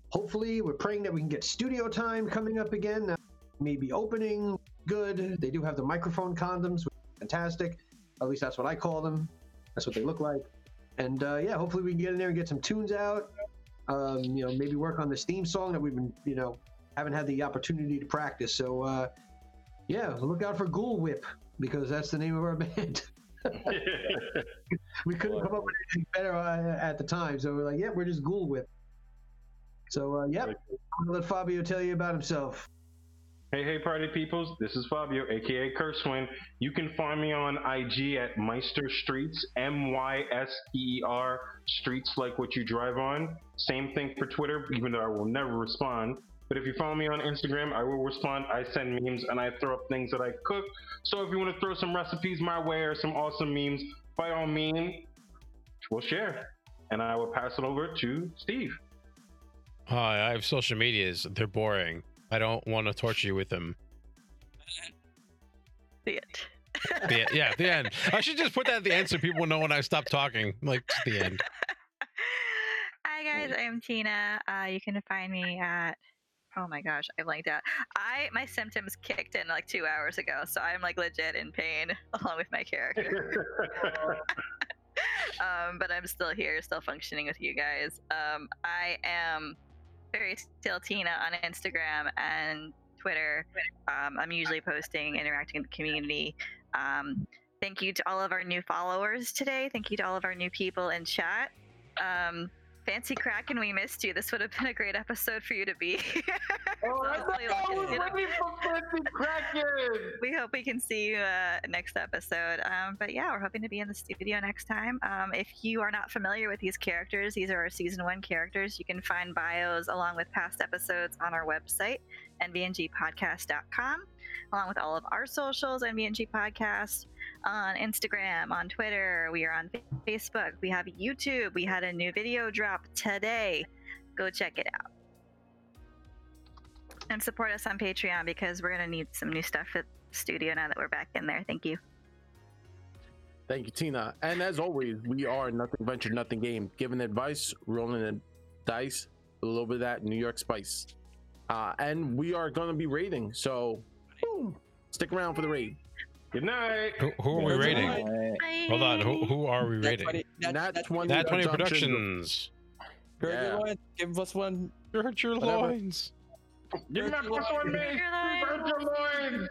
Speaker 7: hopefully, we're praying that we can get studio time coming up again. Now, maybe opening good. They do have the microphone condoms, which is fantastic. At least that's what I call them. That's what they look like. And uh, yeah, hopefully we can get in there and get some tunes out. Um, you know, maybe work on this theme song that we've been, you know, haven't had the opportunity to practice. So uh, yeah, look out for Ghoul Whip because that's the name of our (laughs) band.
Speaker 4: (laughs)
Speaker 7: we couldn't come up with anything better uh, at the time, so we're like, yeah, we're just Ghoul Whip. So uh, yeah, I'm gonna let Fabio tell you about himself.
Speaker 5: Hey, hey, party peoples. This is Fabio, aka Cursewin. You can find me on IG at Meister Streets, M Y S E E R, streets like what you drive on. Same thing for Twitter, even though I will never respond. But if you follow me on Instagram, I will respond. I send memes and I throw up things that I cook. So if you want to throw some recipes my way or some awesome memes, by all means, we'll share. And I will pass it over to Steve.
Speaker 8: (laughs)
Speaker 5: (laughs)
Speaker 8: Hi, I have social medias. They're boring. I don't want to torture you with them.
Speaker 6: The
Speaker 8: end. The, yeah, the end. I should just put that at the end so people will know when I stop talking. Like it's the end.
Speaker 6: Hi guys, I'm Tina. Uh, you can find me at oh my gosh, I blanked out. I my symptoms kicked in like two hours ago, so I'm like legit in pain (laughs) along with my character. um, but I'm still here, still functioning with you guys. Um, I am very still Tina on Instagram and Twitter. Um, I'm usually posting, interacting with the community. Um, thank you to all of our new followers today. Thank you to all of our new people in chat. Um, Fancy Kraken, we missed you. This would have been a great episode for you to be. (laughs)
Speaker 5: Oh,
Speaker 6: I thought I was ready
Speaker 5: for Fancy Kraken.
Speaker 6: We hope we can see you uh, next episode. Um, but yeah, we're hoping to be in the studio next time. Um, if you are not familiar with these characters, these are our season one characters. You can find bios along with past episodes on our website, nbngpodcast.com, along with all of our socials, NBNG Podcast, on Instagram, on Twitter. We are on Facebook. We have YouTube. We had a new video drop today. Go check it out and support us on Patreon because we're gonna need some new stuff at the studio now that we're back in there. Thank you.
Speaker 1: Thank you, Tina. And as always, we are nothing venture, nothing game. Giving advice, rolling the dice, a little bit of that New York spice. Uh, and we are going to be raiding. So boom, stick around for the raid.
Speaker 5: Good night.
Speaker 8: Who, who are we rating? Hold on. Who, who are we rating?
Speaker 1: Nat 20,
Speaker 8: Nat 20
Speaker 1: Production Group.
Speaker 8: Productions.
Speaker 3: Gird your
Speaker 1: Yeah.
Speaker 3: loins, Give us one.
Speaker 8: Gird your
Speaker 3: Whatever.
Speaker 8: loins.
Speaker 5: Give me my
Speaker 3: Gird your
Speaker 5: plus one,
Speaker 3: loins.
Speaker 5: man. Burn your loins.